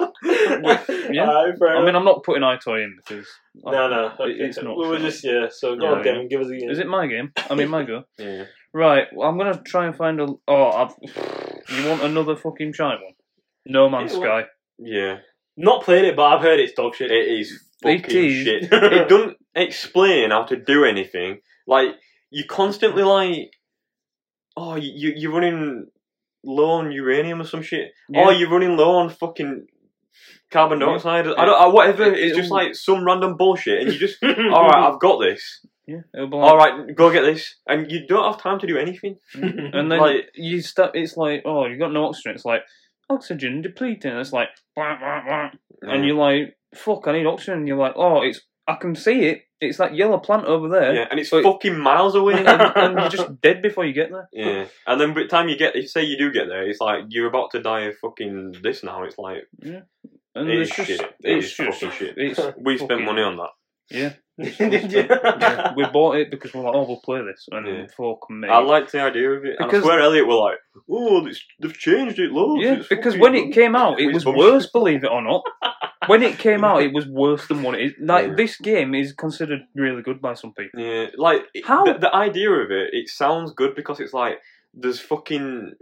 Yeah.
Alright, fair
I mean,
enough.
I'm not putting iToy in because
no, no,
It-
okay.
it's not.
We were
fair.
just yeah. So go
Yeah,
on,
yeah.
Damon, give us a game.
Is it my game? I mean, my go.
yeah.
Right, well, I'm gonna try and find a. Oh, I've... you want another fucking shy one? No Man's
Yeah, well-
Sky.
yeah,
Not played it, but I've heard it's dog shit.
it is
They
fucking
tease.
shit. it doesn't explain how to do anything. Like you constantly like, oh, you you're running low on uranium or some shit. Oh,
Yeah.
you're running low on fucking carbon
Yeah.
dioxide. I don't. I, whatever.
It-
it's
it-
just like some random bullshit, and you just.
All
All right, I've got this.
Yeah, it'll be like-
All right, go get this, and you don't have time to do anything.
And then
Like-
you step. It's like, oh, you got no oxygen. It's like oxygen depleting. It's like, wah, wah, wah. and you're like, fuck, I need oxygen. And you're like, oh, it's. I can see it. It's that yellow plant over there.
yeah, and it's
So it-
fucking miles away.
and, and you're just dead before you get there.
yeah, and then by the time you get, say you do get there, it's like you're about to die of fucking this now. It's like
And
It
it's
is
just,
shit. It
it's
is
just,
fucking shit.
It's
we spent
Fucking-
money on that.
yeah.
Did you?
Yeah, we bought it because we're like, oh, we'll play this, and
Yeah.
fuck me.
I liked the idea of it. and I
Because-
swear Elliot were like, oh, it's, they've changed it loads.
yeah,
it's
because
fucking
when
good."
it came out, it
It's
was
bullshit.
worse. Believe it or not, when it came out, it was worse than what it is. Like
Yeah.
this game is considered really good by some people.
Yeah, like it-
How-
The, the idea of it, it sounds good because it's like there's fucking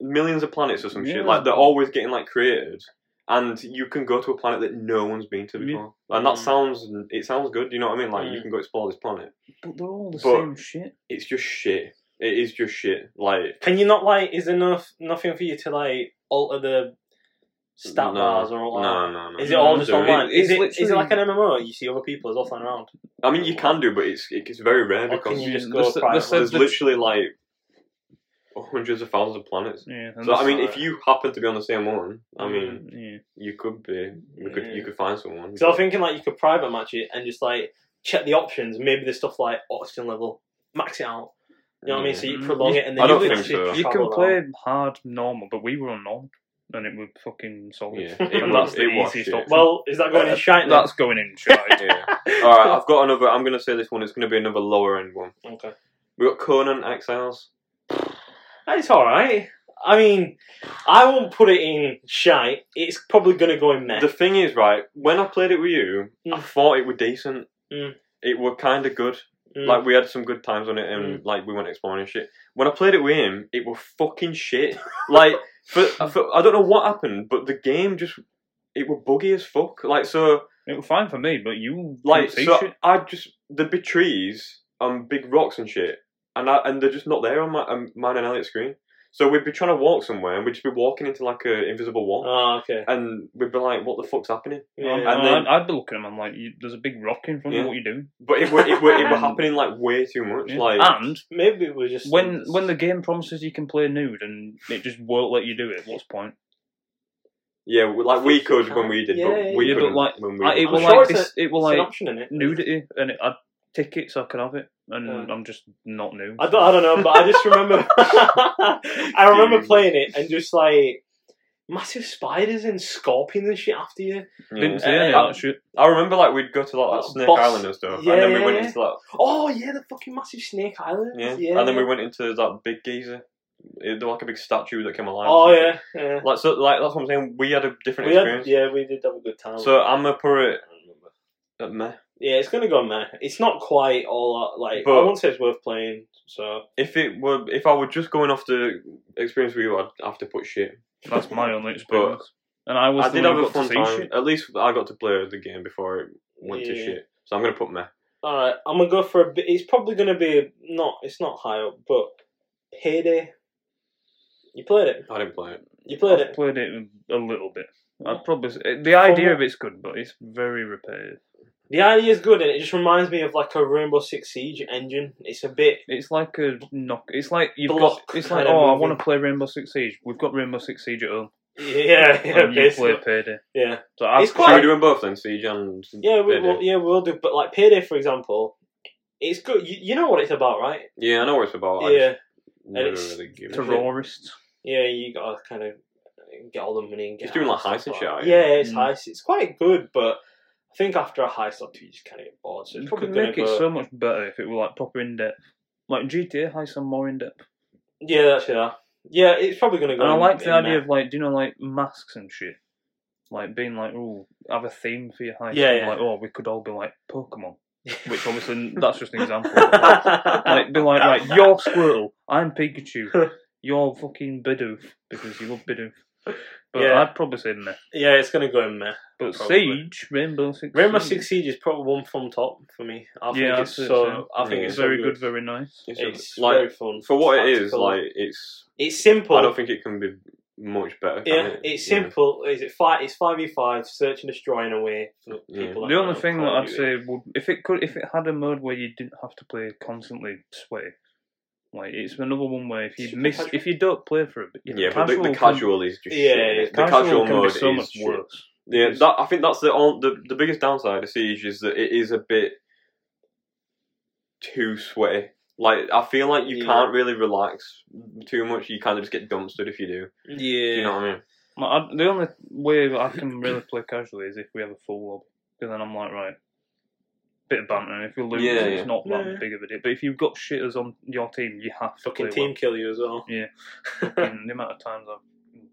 millions of planets or some
Yeah.
shit. Like they're always getting like created, and you can go to a planet that no one's been to
Yeah.
before, and that
Mm.
sounds it sounds good. Do you know what I mean? Like you
Mm.
can go explore this planet.
But they're all the
But-
same shit.
It's just shit. It is just shit. Like
Can you not like? Is there enough nothing for you to like alter the stat
no,
bars or all that?
no, no, no.
Is it all
You
just
can't do it.
online? Is it,
It's
is it
literally-
like an MMO? You see other people as offline around.
I mean, you can do, but it's it's very rare
Or can
because
you just
Yeah,
go
the- the
private?
same-
there's literally like hundreds of thousands of planets.
Yeah. and
So I
that's-
mean, if you happen to be on the same one, I mean.
yeah.
You could be. We could.
Yeah.
You could find someone.
So I'm thinking like you could private match it and just like check the options. Maybe there's stuff like oxygen level, max it out. You know what I mean? So you
Mm.
prolong it and then
I don't
you
think
literally
so.
You can
travel
play
around.
hard normal, but we were on normal, and it was fucking solid.
Yeah,
it
and
was-
that's the
it was
easiest
shit.
option.
Well, is that going in shite? then?
that's going in shite.
yeah. All right. I've got another. I'm gonna say this one. It's gonna be another lower end one.
Okay.
We got Conan Exiles.
It's all right. I mean, I won't put it in shite. It's probably going to go in meh.
The thing is, right? When I played it with you, I
Mm.
thought it were decent.
Mm.
It were kind of good.
Mm.
Like we had some good times on it, and like we went exploring and shit. When I played it with him, it were fucking shit. like, for, for, I don't know what happened, but the game just it were buggy as fuck. Like, so
It was fine for me, but you
Like
couldn't see
so,
shit.
I just there'd be trees and big rocks and shit, and I, and they're just not there on my um, mine and Elliot's screen. So we'd be trying to walk somewhere, and we'd just be walking into like a invisible wall,
oh, okay.
and we'd be like, "What the fuck's happening?"
Yeah.
And,
And then-
I'd, I'd be looking at him, I'm like, you, there's a big rock in front of
Yeah.
you, what you doing?
But it were it were, it were happening like way too much.
Yeah. Ah.
Like
and
Maybe it was just
when when the game promises you can play nude and it just won't let you do it, what's the point?
yeah, we- like we could when we did,
Yeah,
but we
yeah, but
couldn't
like,
when we.
I, it
were
will
I'm
playing.
sure
like
it's a-
this, it will
it's an
like
option in it.
nudity, and it, I'd tick it so I can have it, and
Yeah.
I'm just not nude.
I don't, I don't know, but I just remember. I remember playing it and just like massive spiders and scorpions and shit after you.
Yeah.
Didn't say any of that shit.
I remember like we'd go to like that Snake
Boss.
Island and stuff,
Yeah,
and then we
yeah,
went
yeah.
into like
Oh yeah, the fucking massive snake island.
yeah.
Yeah,
and then we went into that big geezer. It, there was like a big statue that came alive.
Oh yeah, yeah.
Like so, like that's what I'm saying. We had a different
We
experience.
had, yeah, we did have a good time.
So I'm gonna put it
I don't remember.
at meh.
Yeah, it's gonna go meh. It's not quite all that, like
But-
I won't say it's worth playing. So
If it were, if I were just going off the experience with you, I'd have to put shit.
That's my only experience. And I was
I
the
did have
one who
a
got to
fun
see
time.
shit.
At least I got to play the game before it went to
Yeah.
shit. So I'm gonna put meh.
all right, I'm gonna go for a bit. It's probably gonna be not. It's not high up, but payday. You played it.
I didn't play it.
You played it.
Played it a little bit. I'd probably s- eh, the idea of it's good, but it's very repetitive.
The idea is good, and it just reminds me of like a Rainbow Six Siege engine. It's a bit.
It's like a knock. It's like you've
Block
got. It's like
kinda
oh, I
movie.
want to play Rainbow Six Siege. We've got Rainbow Six Siege at home.
Yeah,
Oh,
yeah,
and you play
basically.
Payday.
Yeah,
So I've
It's
Should we
quite-
do them both then, Siege and
yeah, we,
Payday?
will yeah, we'll do. But like payday, for example, it's good. You, you know what it's about, right?
Yeah, I know what it's about. I
yeah,
just never
it's
really give a
to
shit.
roll.
terrorists.
yeah. You gotta kind of get all the money and get.
It's doing, like,
out
heists and
stuff
shit,
that.
aren't you?
Yeah, it's
Mm.
heist. It's quite good, but I think after a heist or two, you just kind of get bored. So it's
It
probably
could
gonna
make it
go-
so much better if it were like proper in depth. Like GTA has some more in depth.
Yeah, that's yeah. Yeah, it's probably gonna go.
And I
in-
like the
in
idea
there.
of like, do you know, like masks and shit? Like being like, oh, have a theme for your heist.
Yeah,
And
yeah.
Like, oh, we could all be like Pokemon. Which obviously, that's just an example. Like, like, be like, right, you're Squirtle, I'm Pikachu, you're fucking Bidoof, because you love Bidoof. But
Yeah.
I'd probably say meh.
yeah, it's gonna go in there.
But
Probably.
Siege, Rainbow Six.
Rainbow
Siege,
Six Siege is probably one from top for me. I
Yeah,
think it's
I'd say
so. I think
Yeah.
it's so
very good, very nice.
It's,
It's
like
very fun
for what it is,
Tactical.
like it's.
it's
I don't
simple.
think it can be much better. can
Yeah,
it?
it's
Yeah.
simple. Is it five? It's five v five. Search and destroy in a way for
Yeah.
people.
The
that
only
know
thing that
Call of
I'd say
Duty.
would, if it could, if it had a mode where you didn't have to play constantly sweaty, like it's another one where if you
Super
miss,
casual?
if you don't play for a bit,
Yeah, but the, the casual is just
Yeah,
shit.
can,
the casual,
can
mode
be so
is
much
shit.
worse.
Yeah,
Because-
that, I think that's the, on, the the biggest downside of Siege is that it is a bit too sweaty. Like I feel like you
Yeah.
can't really relax too much. You kind of just get dumpstered if you do.
yeah,
You know what I mean?
Like, I, the only way that I can really play casually is if we have a full lobby, because then I'm like, right, bit of banter, and if you lose,
Yeah,
it's
yeah.
not that
Yeah.
big of a deal. But if you've got shitters on your team, you have to
Fucking
play
team kill you as well.
well. Fucking the amount of times I've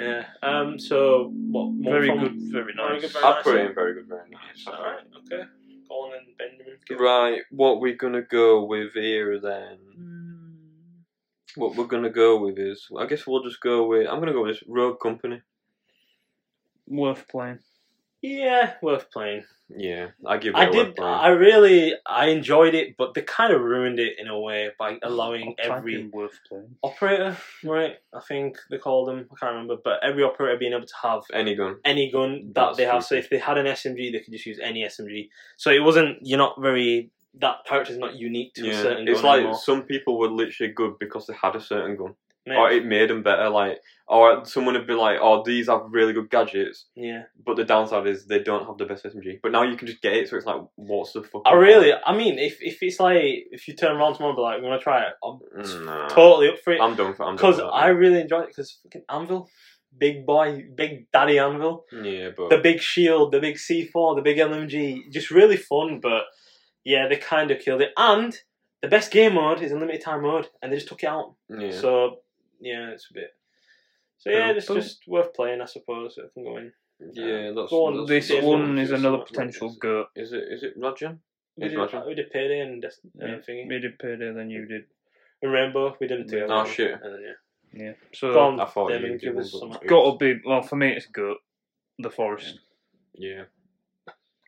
Yeah. Um. So what? more
very
from-
good, very
Very
nice.
good, very
I
nice.
put it in very good, very nice.
All right. Okay. Go on then, Benjamin.
Right, what we're gonna go with here then?
Mm.
What we're gonna go with is, I guess we'll just go with. I'm gonna go with this Rogue Company.
Worth playing.
Yeah, worth playing.
Yeah, I give. It
I
a
did.
weapon.
I really. I enjoyed it, but they kind of ruined it in a way by allowing
I'll type
every
in worth playing.
operator, right? I think they called them. I can't remember, but every operator being able to have
any gun.
any gun that
That's
they have. So if they had an SMG, they could just use any SMG. So it wasn't. You're not very. That character's not unique to a
Yeah,
certain
it's
gun
like
anymore.
some people were literally good because they had a certain gun,
Mate,
or Oh, it made them better. Like, or someone would be like, "Oh, these have really good gadgets,"
yeah.
but the downside is they don't have the best SMG. But now you can just get it, so it's like, what's the fuck?
I Oh, really. I mean, if if it's like if you turn around tomorrow and be like, "We're gonna try it," I'm
Mm, Nah.
totally up for it
I'm done for. I'm done
because
for that,
I really enjoyed it. Because fucking Anvil, big boy, big daddy Anvil.
man. Yeah, but
the big shield, the big C4, the big LMG, just really fun. But yeah, they kind of killed it. And the best game mode is unlimited time mode, and they just took it out.
yeah.
So yeah, it's a bit. So yeah,
Boom,
it's
boom.
just worth playing, I suppose. If I'm going,
yeah, that's,
Go on,
that's-
This
This
one
one
is
that's
another
not-
potential
is it-
goat.
Is it is it Rajan?
we
It's
did,
Roger.
we did Payday and Destiny
Yeah.
thingy.
You did Payday, then you did.
and Rainbow. We did them together.
Oh, shit.
And then, yeah.
Yeah. So
Go on,
I thought
Damon,
you
give
did
us
one,
some-
but-
gotta be well for me. It's goat. The forest.
Yeah.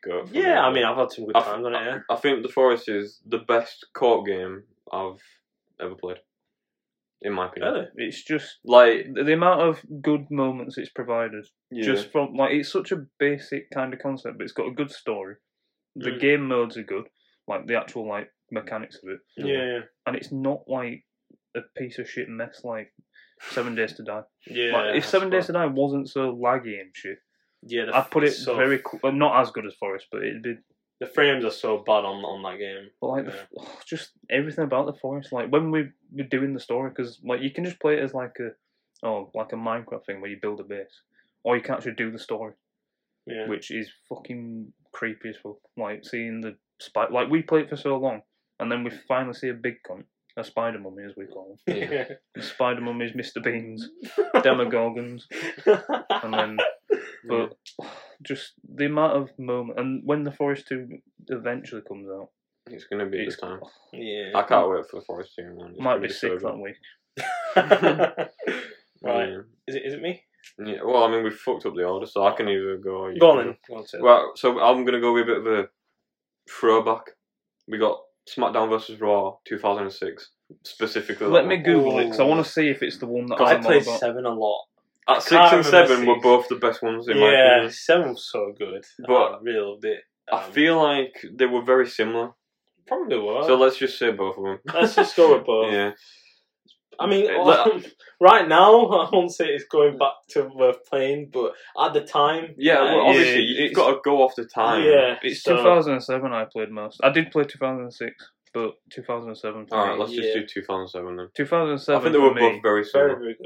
Go. for
Yeah, I
Rajan.
mean, I've had some good
I-
times on it. Yeah.
I think The Forest is the best court game I've ever played, in my opinion.
Really?
It's just
Like,
the the amount of good moments it's provided.
just
Just from like it's such a basic kind of concept, but it's got a good story. The
Mm.
game modes are good, like the actual like mechanics of it,
Yeah.
Yeah,
and it's not like a piece of shit mess like Seven Days to Die.
yeah.
like, if
that's
Seven Days
right.
to Die wasn't so laggy and shit,
yeah, the
I'd put it
it's so,
very qu- well, not as good as Forest, but it'd be
The frames are so bad on on that game.
But like, the f just everything about the forest, like when we were doing the story, because like you can just play it as like a, oh, like a Minecraft thing where you build a base, or you can actually do the story,
Yeah.
which is fucking creepy as fuck. Like seeing the spider, like we played for so long, and then we finally see a big cunt, a spider mummy as we call
yeah.
them, spider mummies, Mister Beans, Demogorgons, and then but just the amount of moment, and when the forest two eventually comes out,
it's gonna be
it's
this time.
yeah.
I can't wait for The Forest to man. It's
might
gonna
be
so
sick
good.
that week.
right.
Yeah.
Is it, is it me?
Yeah, Well, I mean, we fucked up the order, so I can either go. Or you
Go
can
on then. Go on, say it.
Well, so I'm gonna go with a bit of a throwback. We got SmackDown versus Raw 2006 specifically.
Let
that
me
one.
Google it 'cause it because I want to see if it's the one that
I
I know
played
about.
seven a lot.
At six
can't
and
remember
seven were
six.
both the best ones in my
yeah,
opinion.
seven was so good.
But-
I really loved it.
I
Um,
feel like they were very similar.
probably were.
So let's just say both of them.
let's just go with both.
Yeah.
I mean,
Uh, let-
right now I won't say it's going back to worth playing, but at the time,
Yeah,
uh,
well, obviously,
yeah,
you've
it's-
got to go off the time.
yeah,
It's
so-
2007 I played most. I did play 2006, but 2007 for
Alright,
me.
let's just
Yeah.
do 2007 then.
2007
I think they were
for me.
both very
Very,
similar.
very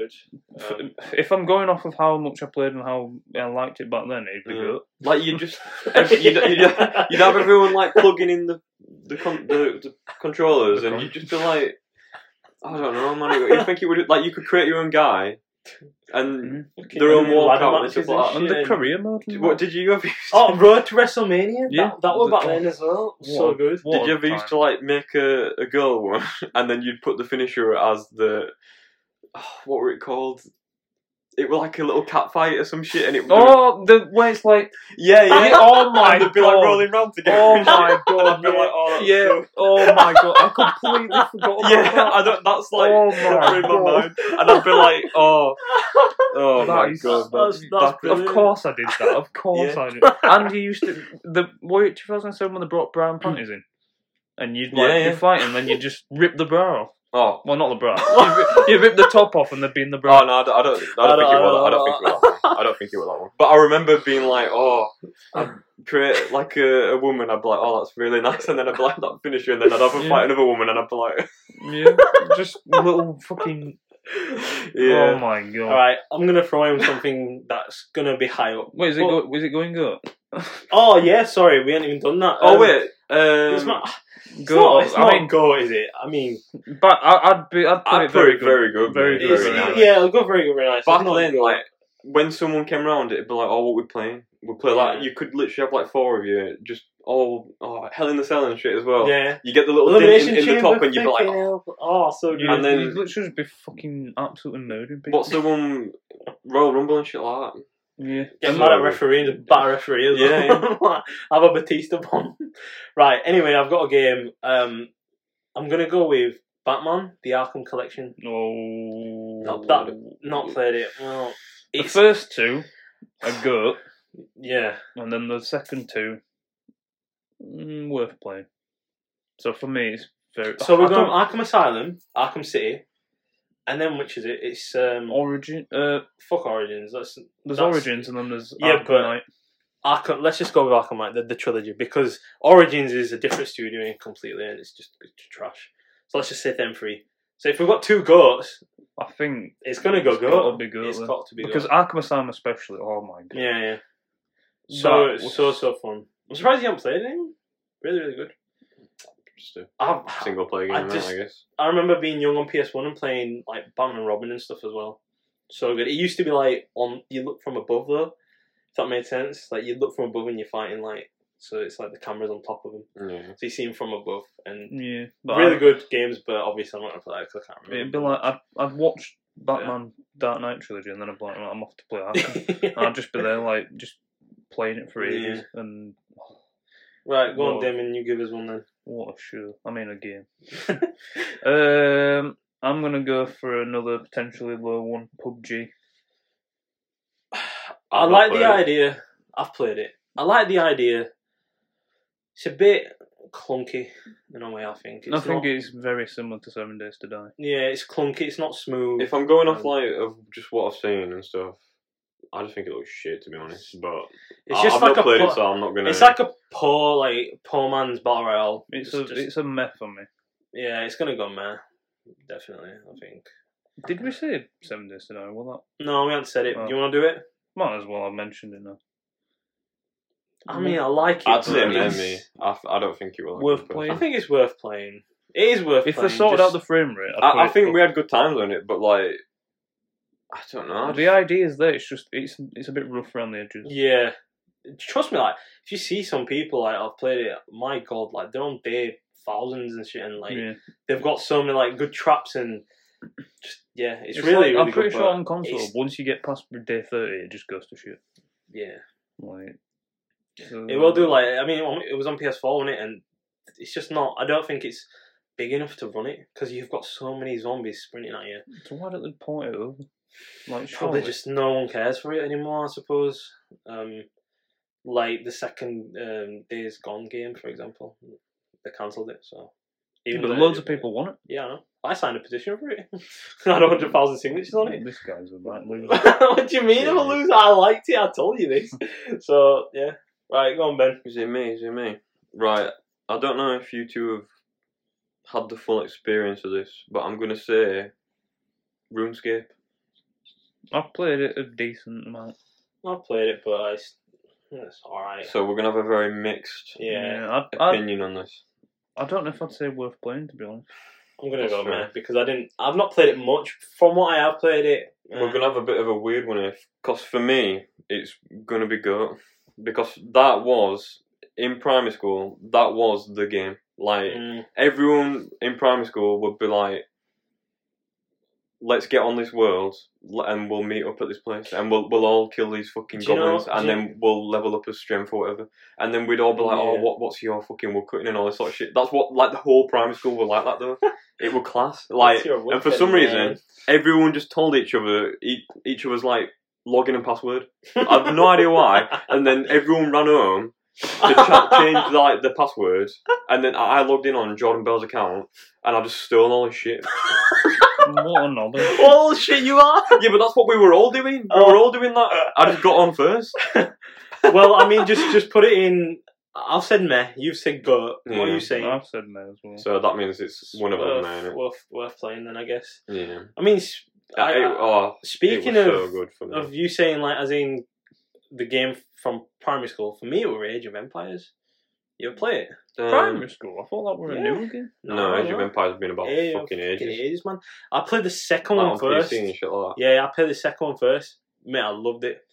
good. Um,
f- If I'm going off of how much I played and how I liked it back then, it'd be
Yeah.
good.
Like, you just. every- you'd, you'd, you'd have everyone, like, plugging in the the, con- the, the controllers,
The
and
con-
you'd just be like, I don't know, man. You think it would. Like, you could create your own guy, and.
fucking
their own
ladder
walkout and
matches
stuff like
And the
shit.
career mode. and
What
that.
did you ever use?
Oh, Road to WrestleMania.
Yeah.
that, that was back then as well. So
What?
good.
What
Did you ever
a
used
time.
to like make a, a girl one and then you'd put the finisher as the oh, what were it called? It was like a little cat fight or some shit, and it
Oh, the where it's like,
yeah yeah.
Yeah, oh my
and they'd be like
God.
rolling round together.
oh my
I'd
god,
be like,
yeah,
oh,
yeah,
no.
oh my god, I completely forgot about
yeah.
that.
I don't, that's like
Oh
never
my
in my
God.
mind, and I'd be like, oh, oh
That
my
is-
god,
that's-
man.
that's
Back then-
Of
brilliant.
course I did that. Of course I did. And you used to the were it 2007 when they brought brown panties in, and you'd like
Mm. Yeah,
be
yeah.
fighting, and then you just rip the bra off.
Oh.
Well, not the bra. you, rip, you rip the top off, and there'd be in the bra.
Oh no, I don't, I don't, I don't think it was. I don't think it was that one. I don't think it was that one. But I remember being like, oh, I'd create like a, a woman. I'd be like, oh, that's really nice, and then I'd be like, that finisher, and then I'd have a
Yeah.
fight another woman, and I'd be like,
Yeah, just little fucking. Oh
yeah.
my god.
All right, I'm gonna throw in something that's gonna be high up.
Wait, is it
But-
go, is it going good?
Oh yeah, sorry, we ain't even done that.
Oh
Um,
wait, um,
it's not. It's
Go.
not, it's
I
not
mean,
go, is it? I mean,
but I, I'd be. I'd put
I'd
it very
put it
good.
very good, mate,
Very good.
very
It's-
nice.
yeah, it'll go very good, very nice.
Back
It's not
then,
good.
like when someone came round, it'd be like, "Oh, what we playing? We play like
Yeah.
you could literally have like four of you, just all oh, hell in the cell and shit as well.
yeah,
You get the little dent in, in the top, and you'd be like,
fucking
oh,
hell. oh, so good.
You,
And
and
then-
then you'd literally just be fucking absolutely murdering people.
"What's the one Royal Rumble and shit like that?"
yeah.
Get
So-
mad at referees and bat referees.
Yeah,
have a Batista bomb. right. Anyway, I've got a game. Um, I'm gonna go with Batman: The Arkham Collection.
Oh.
Not that. Not played it. Well,
The
it's,
first two are good,
yeah.
and then the second two mm, worth playing. So for me, it's very.
So
I
we're
don't-
going Arkham Asylum, Arkham City, and then which is it? It's um,
Origin. Uh,
fuck Origins. Let's
there's
That's-
Origins, and then there's
Yeah,
Arkham
but-
Knight.
Arkham. Let's just go with Arkham Knight, the, the trilogy, because Origins is a different studio in completely, and it's just it's trash. So let's just say them three. So if we've got two goats,
I think
it's gonna go
It's
goat.
gotta be goat,
It's
then.
got to be
because
goat.
Arkham Asylum, especially. Oh my god.
yeah, yeah. So
That was-
so so fun. I'm surprised you haven't played it. Really, really good.
just a
I,
single player game,
I
I,
just-
I guess.
I remember being young on PS One and playing like Batman and Robin and stuff as well. So good. It used to be like on you look from above though, if that made sense. Like you look from above and you're fighting like so it's like the cameras on top of them,
Yeah.
so you see him from above. And
Yeah, but
really
I,
good games, but obviously I'm not gonna play that because I can't
It'd
remember.
be like I'd, I'd watch Batman Dark Knight trilogy, and then I'd be like, "Right, I'm off to play Arkham. and I'd just be uh, there, like just playing it for
Yeah.
ages, and
right, go on,
Well-
Damon. You give us one then.
what a show! I mean, a game. Um, I'm gonna go for another potentially low one, PUBG.
I
I've not
like the
played it.
idea. I've played it. I like the idea. It's a bit clunky in a way. I think. It's
I think
not-
it's very similar to Seven Days to Die.
yeah, it's clunky. It's not smooth.
If I'm going off like of just what I've seen and stuff, I just think it looks shit to be honest. But
it's
I,
just
I've
like
not
a
played
pla-
it, so I'm not gonna.
It's like a poor, like poor man's battle royale.
It's,
Just-
a
just-
it's a meh for me.
yeah, it's gonna go meh. Definitely, I think.
Did we say Seven Days to Die? Well,
No, we haven't said it.
Oh.
Do you want to do it?
that might as well. I mentioned it now.
I mean, I like it.
I'd say
but
meh,
it's-
me. I, I don't think you will.
Worth playing.
I think it's worth playing. It is worth.
If they
playing,
sorted out
just-
the frame rate, I'd
I, I
play it
think
for-
we had good times on it, but like, I don't know. I
the idea is there. It's just it's it's a bit rough around the edges.
Yeah, trust me. Like, if you see some people like I've played it, my god, like they're on day thousands and shit, and like
Yeah.
they've got so many like good traps and just yeah, it's,
It's
really
like-
really
I'm
good,
pretty sure
but
on console,
it's-
once you get past day thirty, it just goes to shit.
yeah,
Like so-
it will do. Like, I mean, it was on PS4, wasn't it? And it's just not. I don't think it's big enough to run it because you've got so many zombies sprinting at you.
So why don't they point it over? Like
Probably
surely.
just no one cares for it anymore, I suppose. Um, like the second um, Days Gone game, for example, they cancelled it. So
Yeah, but
though-
loads of people want it.
Yeah, I know. I signed a petition for it. I had hundred thousand signatures on it.
This guy's a right loser.
what do you mean I'm a loser? I liked it. I told you this. so yeah, right, go on, Ben.
Is it me? Is it me? Right. I don't know if you two have had the full experience of this, but I'm gonna say RuneScape.
I've played it a decent amount.
I've played it, but it's, it's all right.
So we're gonna have a very mixed
Yeah,
I, I,
opinion on this.
I don't know if I'd say worth playing to be honest.
I'm gonna
That's
go
fair.
man because I didn't. I've not played it much. From what I have played it, eh,
We're gonna have a bit of a weird one here, cause for me it's gonna be good because that was in primary school. That was the game. Like
Mm,
everyone in primary school would be like, "Let's get on this world, l- and we'll meet up at this place, and we'll we'll all kill these fucking
Do you know-
goblins, and
do you-
then we'll level up as strength or whatever." And then we'd all be like, "Oh,
Yeah.
what what's your fucking wood cutting and all this sort of shit." That's what like the whole primary school were like that though. It was class.
that's
Like
your
and for
weapon,
some reason,
man.
everyone just told each other each, each of us like login and password. I've no idea why. And then everyone ran home to cha- change like the passwords, and then I I logged in on Jordan Bell's account, and I just stole all his shit.
what another?
All shit you Oh. are.
yeah, but that's what we were all doing. We were all doing that. I just got on first.
well, I mean, just just put it in. I've said meh. You've said go. What are
Yeah.
you saying?
I've said no as well.
So that means it's one of them,
worth,
man.
worth worth playing then, I guess.
Yeah.
I mean, s- I-
I- it- oh, it
speaking
was
of
so good for me.
of you saying like as in the game from primary school. For me, it were Age of Empires. You ever play it?
Primary school. I thought that were
yeah.
a new game.
Um, No, Age of
no.
Empires has been about
Age of
fucking ages.
man. I played the second
Like
one
on
first.
PC and shit like
Yeah, I played the second one first. Mate, I loved it.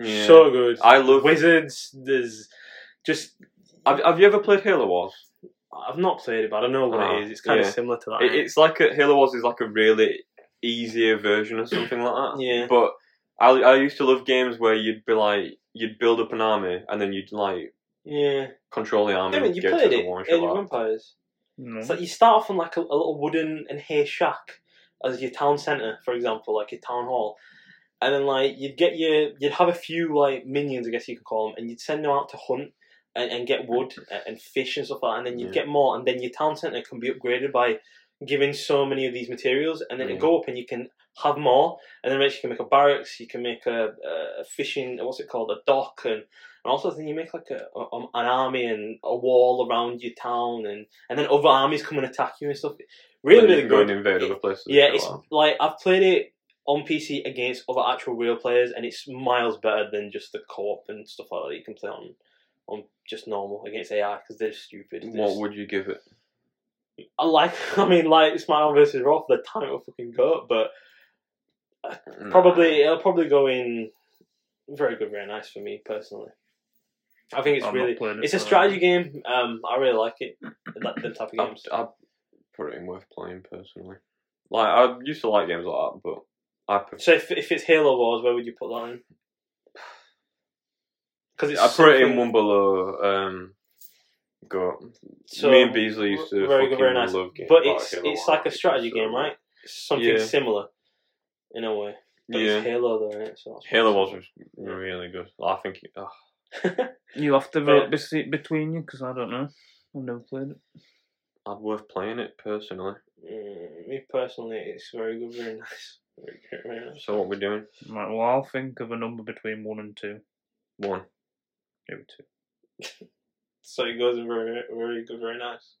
that. Yeah.
So good.
I love.
Wizards. There's just
Have, have you ever played Halo Wars?
I've not played it, but I know what
Ah,
it is. It's kind
yeah.
of similar to that.
It, it's like a, Halo Wars is like a really easier version or something like that.
yeah.
But I, I used to love games where you'd be like you'd build up an army and then you'd like
Yeah.
control the army.
I mean,
and
you
get to
played
the
it,
war and shit
Age of
like
Empires.
No.
It's like you start off on like a, a little wooden and hay shack as your town centre, for example, like your town hall. And then like you'd get your you'd have a few like minions, I guess you could call them, and you'd send them out to hunt and, and get wood and, and fish and stuff like that. And then you'd
Yeah.
get more, and then your town centre can be upgraded by giving so many of these materials, and then
Yeah.
it go up and you can have more, and then eventually you can make a barracks, you can make a, a fishing, what's it called, a dock, and, and also then you make like a, a- um, an army and a wall around your town, and, and then other armies come and attack you and stuff.
Then
Really,
you
really
can go
good.
and invade other places. and
Yeah,
shit
it's
like
like I've played it on PC against other actual real players, and it's miles better than just the co-op and stuff like that you can play on on just normal against AI because they're stupid.
that.
They're
What
just-
would you give it?
I like, I mean, like Smile versus Raw for the time it'll fucking go up, but probably it'll probably go in very good, very nice for me personally. I think it's
I'm not
really
playing it,
it's a
so-
strategy game. Um, I really like it. That them type of
I,
games.
I put it in worth playing personally. Like I used to like games like that, but I prefer.
So if, if it's Halo Wars, where would you put that in? Because it's
I put it in
something-
one below. Um, go.
so-
Me and Beasley used to
very
fucking
good, very nice.
love games.
But
like
it's
Halo
it's
One,
like a strategy
so-
game, right? Something
Yeah.
similar, in a way. But
yeah,
it's Halo though, isn't it? So that's-
Halo Wars was really good. I think. It, oh,
You have to
Yeah.
vote bes- between you because I don't know. I've never played it.
I'd worth playing it personally.
Mm, me personally, it's very good, very nice. Very good, very nice.
So what we're doing?
Right, well, I'll think of a number between one and two.
One.
Give it two.
So it goes in very, very good, very nice.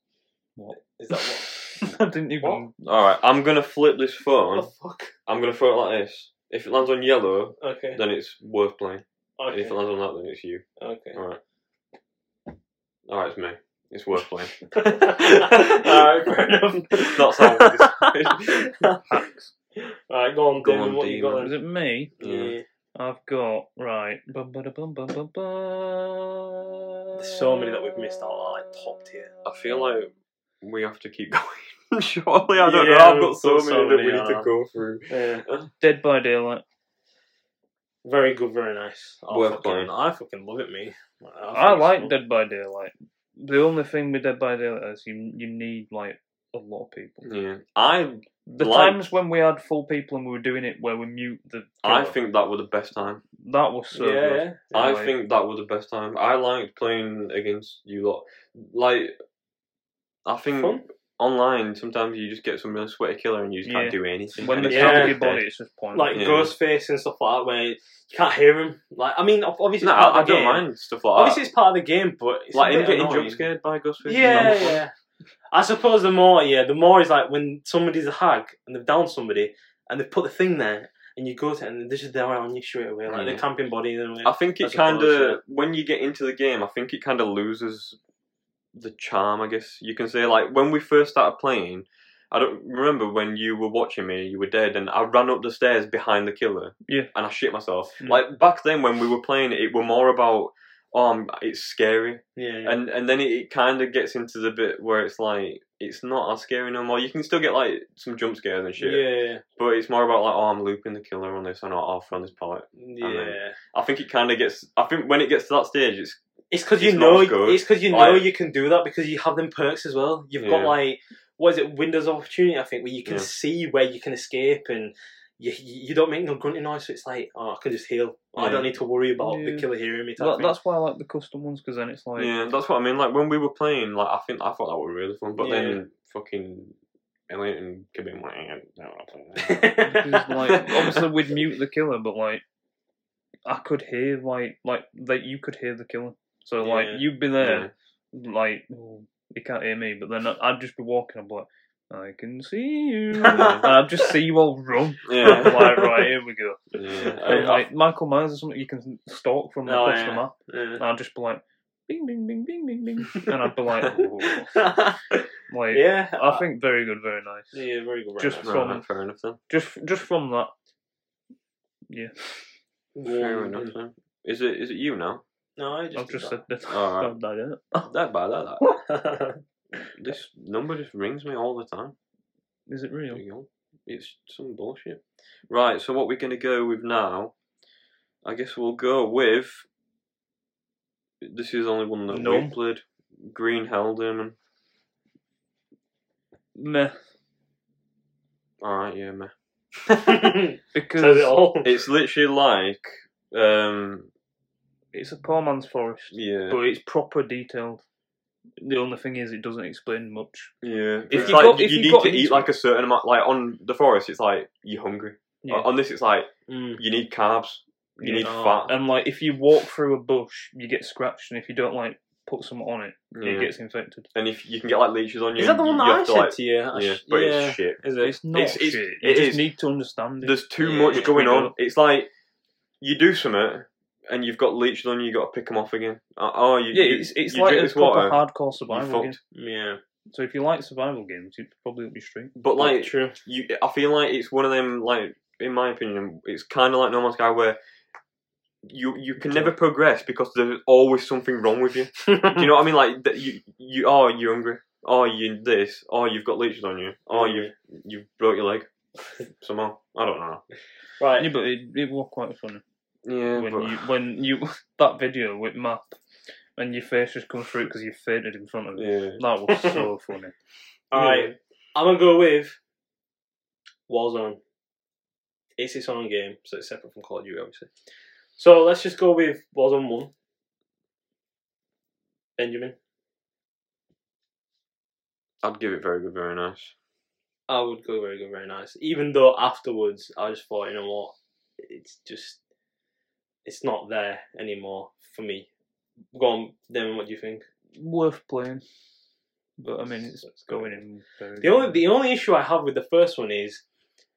What?
Is that what?
I didn't even.
All right, I'm gonna flip this
what
phone.
the fuck?
I'm gonna throw it like this. If it lands on yellow,
Okay.
then it's worth playing. And
Okay.
If it lands on that, then it's you.
Okay.
All right. All right, it's me. It's worth playing.
Alright, fair enough.
Not sound like this.
Hacks.
Alright, go on,
Go
Damon.
on,
what you got
Is
then?
it me?
Yeah.
Yeah.
I've got right. Bum, ba, da, bum, bum, bum, bum.
There's so many that we've missed out on, like top tier.
I feel like we have to keep going. Surely, I don't know.
Yeah,
I've got
we've
so,
got so
many that we
many,
need to
uh,
go through.
Yeah.
Dead by Daylight.
Very good, very nice. I
Worth
fucking,
playing.
I fucking love it, me.
I
think it's
like
fun.
Dead by Daylight. The only thing with Dead by Daylight is you you need like a lot of people.
Yeah, I
The
Like-
times when we had full people and we were doing it where we mute the.
I
killer,
think that were the best time.
that was so
yeah,
good.
yeah.
I
Like,
think that were the best time. I liked playing against you lot. Like, I think
Fun.
online sometimes you just get some really sweaty killer and you just
Yeah.
can't do anything.
when
And it's
they
Yeah.
yeah,
just
your
dead.
body, it's just pointless.
Like
Yeah.
Ghostface and stuff like that, where you can't hear him. Like, I mean, ob- obviously,
No,
it's part
I, I
of the
don't
game.
mind stuff like
Obviously, it's part of the game, but
that.
it's
Like
a
him
bit
getting
annoying.
jump scared by Ghostface. is
Yeah,
not fun.
yeah. I suppose the more, yeah, the more is like when somebody's a hag and they've downed somebody and they've put the thing there and you go to it and they're just there on you straight away, like
Yeah.
the camping body. And
Mm. I think it
As opposed
kind
to-
of when you get into the game, I think it kind of loses the charm. I guess you can say like when we first started playing. I don't remember when you were watching me. You were dead, and I ran up the stairs behind the killer.
Yeah.
and I shit myself.
Mm.
Like back then when we were playing, it, it were more about oh, I'm- it's scary,
yeah,
and and then it, it kind of gets into the bit where it's like it's not as scary no more. You can still get like some jump scares and
yeah,
shit,
yeah,
but it's more about like oh, I'm looping the killer on this, and I'll off on this part.
yeah.
then- I think it kind of gets. I think when it gets to that stage, it's
It's because you
It's
know,
not as good.
it's because you know
Like-
you can do that because you have them perks as well. You've got
Yeah.
like what is it, Windows Opportunity? I think where you can
Yeah.
see where you can escape and. You, you don't make no grunting noise, so it's like, oh, I can just heal. I
Yeah.
don't need to worry about
Yeah.
the killer hearing me. type
That-
thing.
that's why I like the custom ones because then it's like
yeah, that's what I mean. Like when we were playing, like I think I thought that was really fun, but
Yeah.
then fucking Elliot and Kibim were like, "Eh, I don't want to play that."
Because, like obviously we'd mute the killer, but like I could hear like like that you could hear the killer. So like
Yeah.
you'd be there, like oh, you can't hear me, but then I'd just be walking. I'm like, I can see you. and I'll just see you all run.
Yeah.
like, right, here we go.
yeah.
And,
I, I,
like Michael Myers or something you can stalk from
Oh,
across
yeah.
the map.
Yeah.
And I'll just be like, bing, bing, bing, bing, bing, bing. and I'd be like, "Ooh." like
yeah,
I think very good, very nice.
yeah, very good.
Just-
Just
Right,
from-
fair enough then.
Just just from that. Yeah,
Fair enough then. Is it is it you now?
No, I just,
I've just
did
said that.
All right.
I've done it.
That bad, that, that.
that.
This number just rings me all the time.
Is it real?
There you go. It's some bullshit. Right, so what we're gonna go with now? I guess we'll go with. This is only one that
No.
we've played. Green Hell Demon.
Meh.
All right, yeah, meh.
Says it
Because
all.
It's literally like, um,
it's a poor man's forest,
yeah,
but it's proper detailed. The only thing is, it doesn't explain much.
yeah.
If
it's
you
like
got-
you,
if you
need
got
to
into-
eat like a certain amount. Like on the forest, it's like you're hungry.
Yeah.
On this, it's like
Mm.
you need carbs. You
Yeah.
need
Oh,
fat.
And like, if you walk through a bush, you get scratched, and if you don't like put something on it,
Yeah.
it gets infected.
And if you can get like leeches on you,
Is that the
you-
one that
you
I
have to,
said
like-
to you? I
Yeah,
sh-
but
yeah.
it's shit.
Is it?
It's not
It's- it's-
shit. You
it
just
is-
need to understand it.
There's too
Yeah,
much
yeah.
going
We
on.
don't.
It's like you do something and you've got leeches on you. You got to pick them off again. Uh, Oh, you,
yeah,
you-
it's, it's
you
like
drink
a
this water.
proper
you
hardcore survival game.
fucked.
Yeah.
So if you like survival games, you'd probably up your street.
But like
true.
you, I feel like it's one of them. Like in my opinion, it's kind of like No Man's Sky where you you can never progress because there's always something wrong with you. Do you know what I mean? Like that you you oh you're hungry. Oh you this. Oh you've got leeches on you. Oh you you broke your leg somehow. I don't know.
Right.
Yeah, but it, it was quite funny
Yeah,
when
but-
you when you that video with map and your face just comes through because you fainted in front of it.
yeah.
That was so funny.
All right. I'm gonna go with Warzone. It's its own game, so it's separate from Call of Duty, obviously. So let's just go with Warzone One. Benjamin,
I'd give it very good, very nice.
I would go very good, very nice. Even though afterwards, I just thought, you know what, it's just, it's not there anymore for me. Go on, Damon. What do you think?
Worth playing, but I mean it's
Let's go
going in. Very
The only the only issue I have with the first one is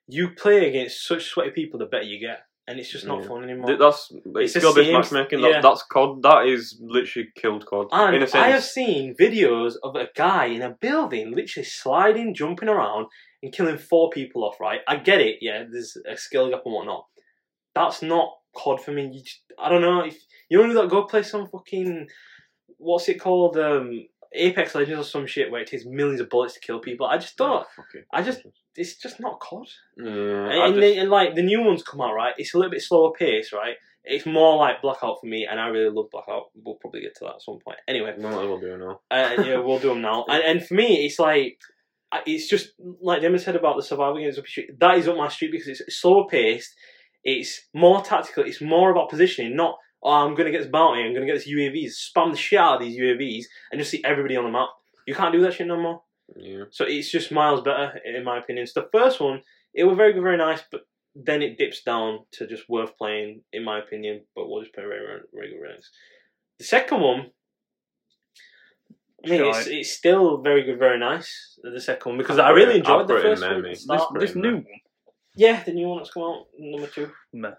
you play against such sweaty people, the better you get, and it's just not
Yeah.
fun anymore.
Th- That's
It's
it's,
the
skill based
same-
matchmaking.
yeah.
That, that's COD. That is literally killed COD
And
in a
I have
sense.
seen videos of a guy in a building literally sliding, jumping around, and killing four people off, right? I get it, yeah, there's a skill gap and whatnot. That's not COD for me. You just, I don't know. if You only got go play some fucking. What's it called? Um, Apex Legends or some shit where it takes millions of bullets to kill people. I just don't.
Oh, Fuck it.
I just. It's just not COD.
Yeah,
And,
I
and,
just-
they, and like the new ones come out, right? It's a little bit slower pace, right? It's more like Blackout for me, and I really love Blackout. We'll probably get to that at some point. Anyway,
we might as well do it now.
uh, yeah, we'll do them now. And, and for me, it's like I- it's just like Demon said about the survival games. Up your street. That is up my street because it's slower paced. It's more tactical. It's more about positioning, not oh, I'm going to get this bounty. I'm going to get this UAVs. Spam the shit out of these UAVs and just see everybody on the map. You can't do that shit no more.
Yeah,
So it's just miles better in my opinion. So the first one, it was very good, very nice, but then it dips down to just worth playing in my opinion. But we'll just play very, very good, very nice. The second one, I mean, it's,
Shite.
it's still very good, very nice. The second one because I really
I'll
enjoyed the
put it in
first
there,
one.
mate.
this,
Start-
this new one.
yeah, the new one that's come out, number two.
Meh.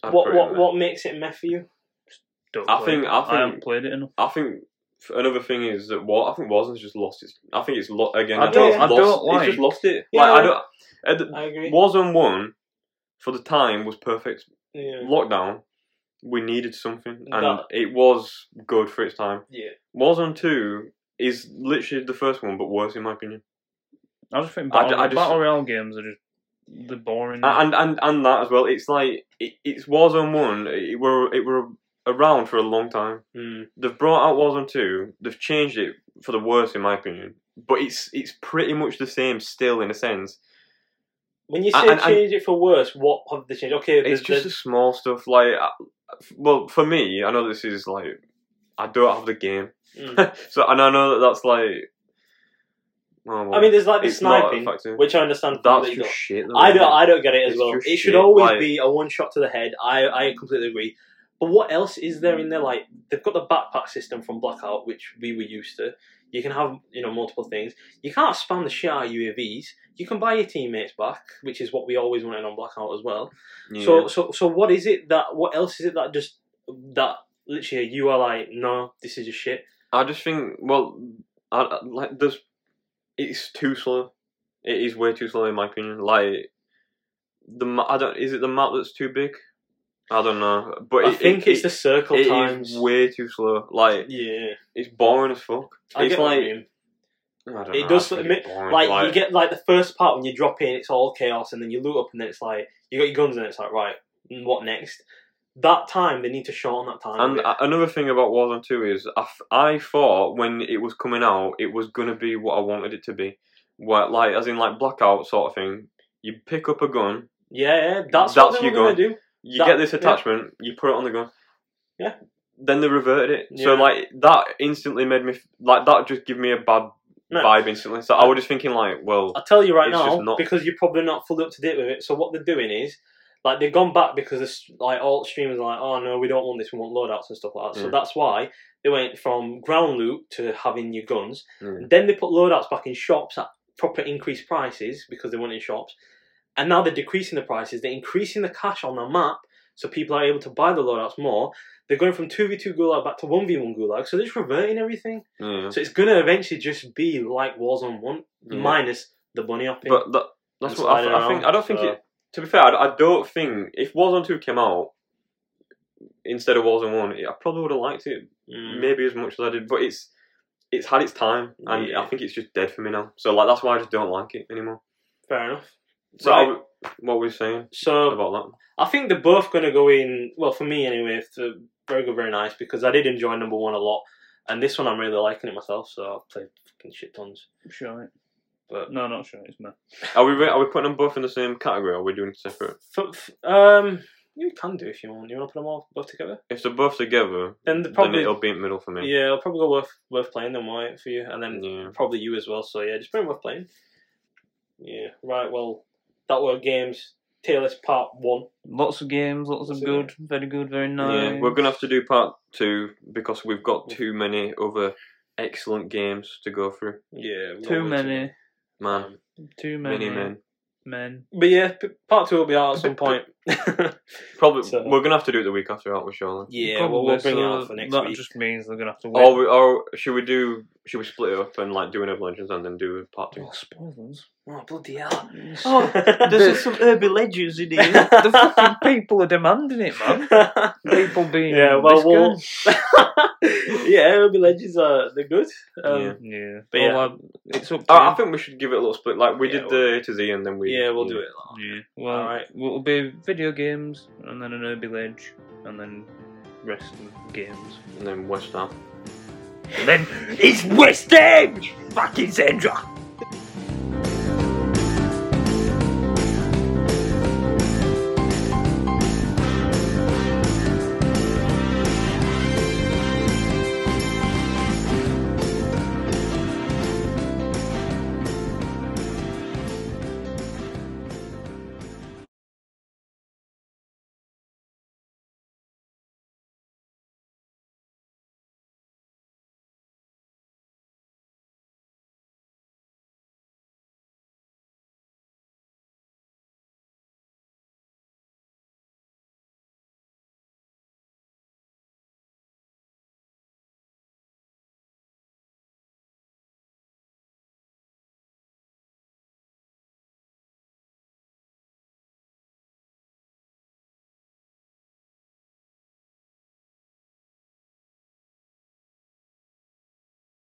I'd put
what
it in
what
there.
what makes it meh for you?
Don't
I
play
think-
it.
I think-
haven't played it enough.
I think f- another thing is that what I think Warzone just lost its. I think it's lo- again.
I
think
don't-
it's
I
lost,
don't
It's just
like-
lost it.
Yeah.
Like I don't. At the,
I agree.
Warzone one for the time was perfect.
Yeah.
Lockdown, we needed something, and
That-
it was good for its time.
Yeah.
Warzone two is literally the first one, but worse in my opinion.
I just think
I
battle,
d- I just-
battle royale games are just the
Mm.
boring.
and and and that as well. It's like it, it's Warzone One. It were it were around for a long time.
Mm.
They've brought out Warzone Two. They've changed it for the worse, in my opinion. But it's it's pretty much the same still, in a sense.
When you say
And- and-
change it for worse, what have they changed? Okay,
It's
there's,
just the
there's,
small stuff. Like, I- well, for me, I know this is like I don't have the game,
mm.
so and I know that that's like. oh, well,
I mean, there's like the
it's not a
sniping,
factor.
which I understand.
that's
that you
just
got.
shit. though,
I
isn't
don't.
it?
I don't get it as
It's
well.
just
It should
shit,
always
like-
be a one shot to the head. I I completely agree. But what else is there in there? Like they've got the backpack system from Blackout, which we were used to. You can have you know multiple things. You can't spam the shit out of UAVs. You can buy your teammates back, which is what we always wanted on Blackout as well. So so so what is it that what else is it that just that literally you are like no this is just shit.
I just think, well, I, I- like there's, it's too slow. It is way too slow in my opinion. Like the ma- I don't is it the map that's too big? I don't know, but
I
it,
think
it,
it's the circle
it is
times.
way too slow. Like
yeah,
it's boring as fuck.
I
it's
get what you
like
mean.
I don't
It
know,
does
I think
mi-
it's boring.
like, you get like the first part when you drop in, it's all chaos, and then you loot up, and then it's like you got your guns, and it's like right, mm, what next? That time they need to shorten that time. a
And
bit.
a- another thing about Warzone 2 is I, f- I thought when it was coming out, it was going to be what I wanted it to be. What, like, as in, like, Blackout sort of thing. You pick up a gun,
yeah, yeah, that's,
That's
what they
your
were gonna do.
you
That-
get this
yeah.
attachment, you put it on the gun.
Yeah.
Then they reverted it. So,
Yeah.
like, that instantly made me, f- like, that just gave me a bad
No.
vibe instantly. So I was just thinking, like, well,
I'll tell you right
It's
now
just not-
because you're probably not fully up to date with it. So what they're doing is like they've gone back because this, like all streamers are like, oh no, we don't want this, we want loadouts and stuff like that. So
Yeah.
that's why they went from ground loot to having your guns.
Yeah.
Then they put loadouts back in shops at proper increased prices because they weren't in shops. And now they're decreasing the prices. They're increasing the cash on the map, so people are able to buy the loadouts more. They're going from two v two gulag back to one v one gulag, so they're just reverting everything.
yeah.
So it's gonna eventually just be like Warzone one,
Yeah.
minus the bunny hopping.
But that, that's
And
what I,
slide
th-
it
I think.
around,
I don't think
so-
it. To be fair, I, I don't think if Warzone Two came out instead of Warzone One, I probably would have liked it
Mm.
maybe as much as I did. But it's it's had its time, and
Yeah.
I think it's just dead for me now. So like that's why I just don't like it anymore.
Fair enough.
So
Right.
I w- what were you saying
So
about that?
I think they're both going to go in. Well, for me anyway, for very good, very nice because I did enjoy number one a lot, and this one I'm really liking it myself. So I've played fucking shit tons.
Sure. it.
But-
no, not sure. it, It's me.
Are we re- are we putting them both in the same category? Or are we doing separate?
F- f- um, you can do if you want. You want to put them all both together?
If they're both together,
Then the
then
probably
it'll be in the middle for me.
yeah, it'll probably go worth worth playing them right for you, and then
Yeah.
probably you as well. So yeah, just put them worth playing. Yeah. Right. Well, that were games. Tier list part one.
Lots of games, lots of
So-
good, very good, very nice.
Yeah, we're gonna have to do part two because we've got too many other excellent games to go through.
Yeah. we've got
too
way
many,
Man,
too many,
many men.
men.
But yeah, p- part two will be out at some point.
Probably
So-
we're gonna have to do it the week after, aren't we, surely?
yeah,
Probably,
we'll, we'll bring it
so
out for next
That
week.
just means they're gonna have to wait.
Or, Oh, we, or should we do? Should we split it up and like do another Legends and then do part two?
Oh, spoilers.
Oh bloody hell! Oh,
There's some urban legends in here. the fucking people are demanding it, man. People being
Yeah, well,
this
we'll-
guy.
yeah, Ruby Legends are they're good. Um, yeah.
Yeah.
yeah,
But yeah. Ah.
Well, I- it's up to
I, I
you.
think we should give it a little split. Like we
Yeah,
did the A to Z and then we.
we'll do it.
Yeah, well,
Alright.
well, it'll be video games and then an urban ledge and then wrestling games.
And then West Ham.
And then it's West Ham! Fucking Zendra!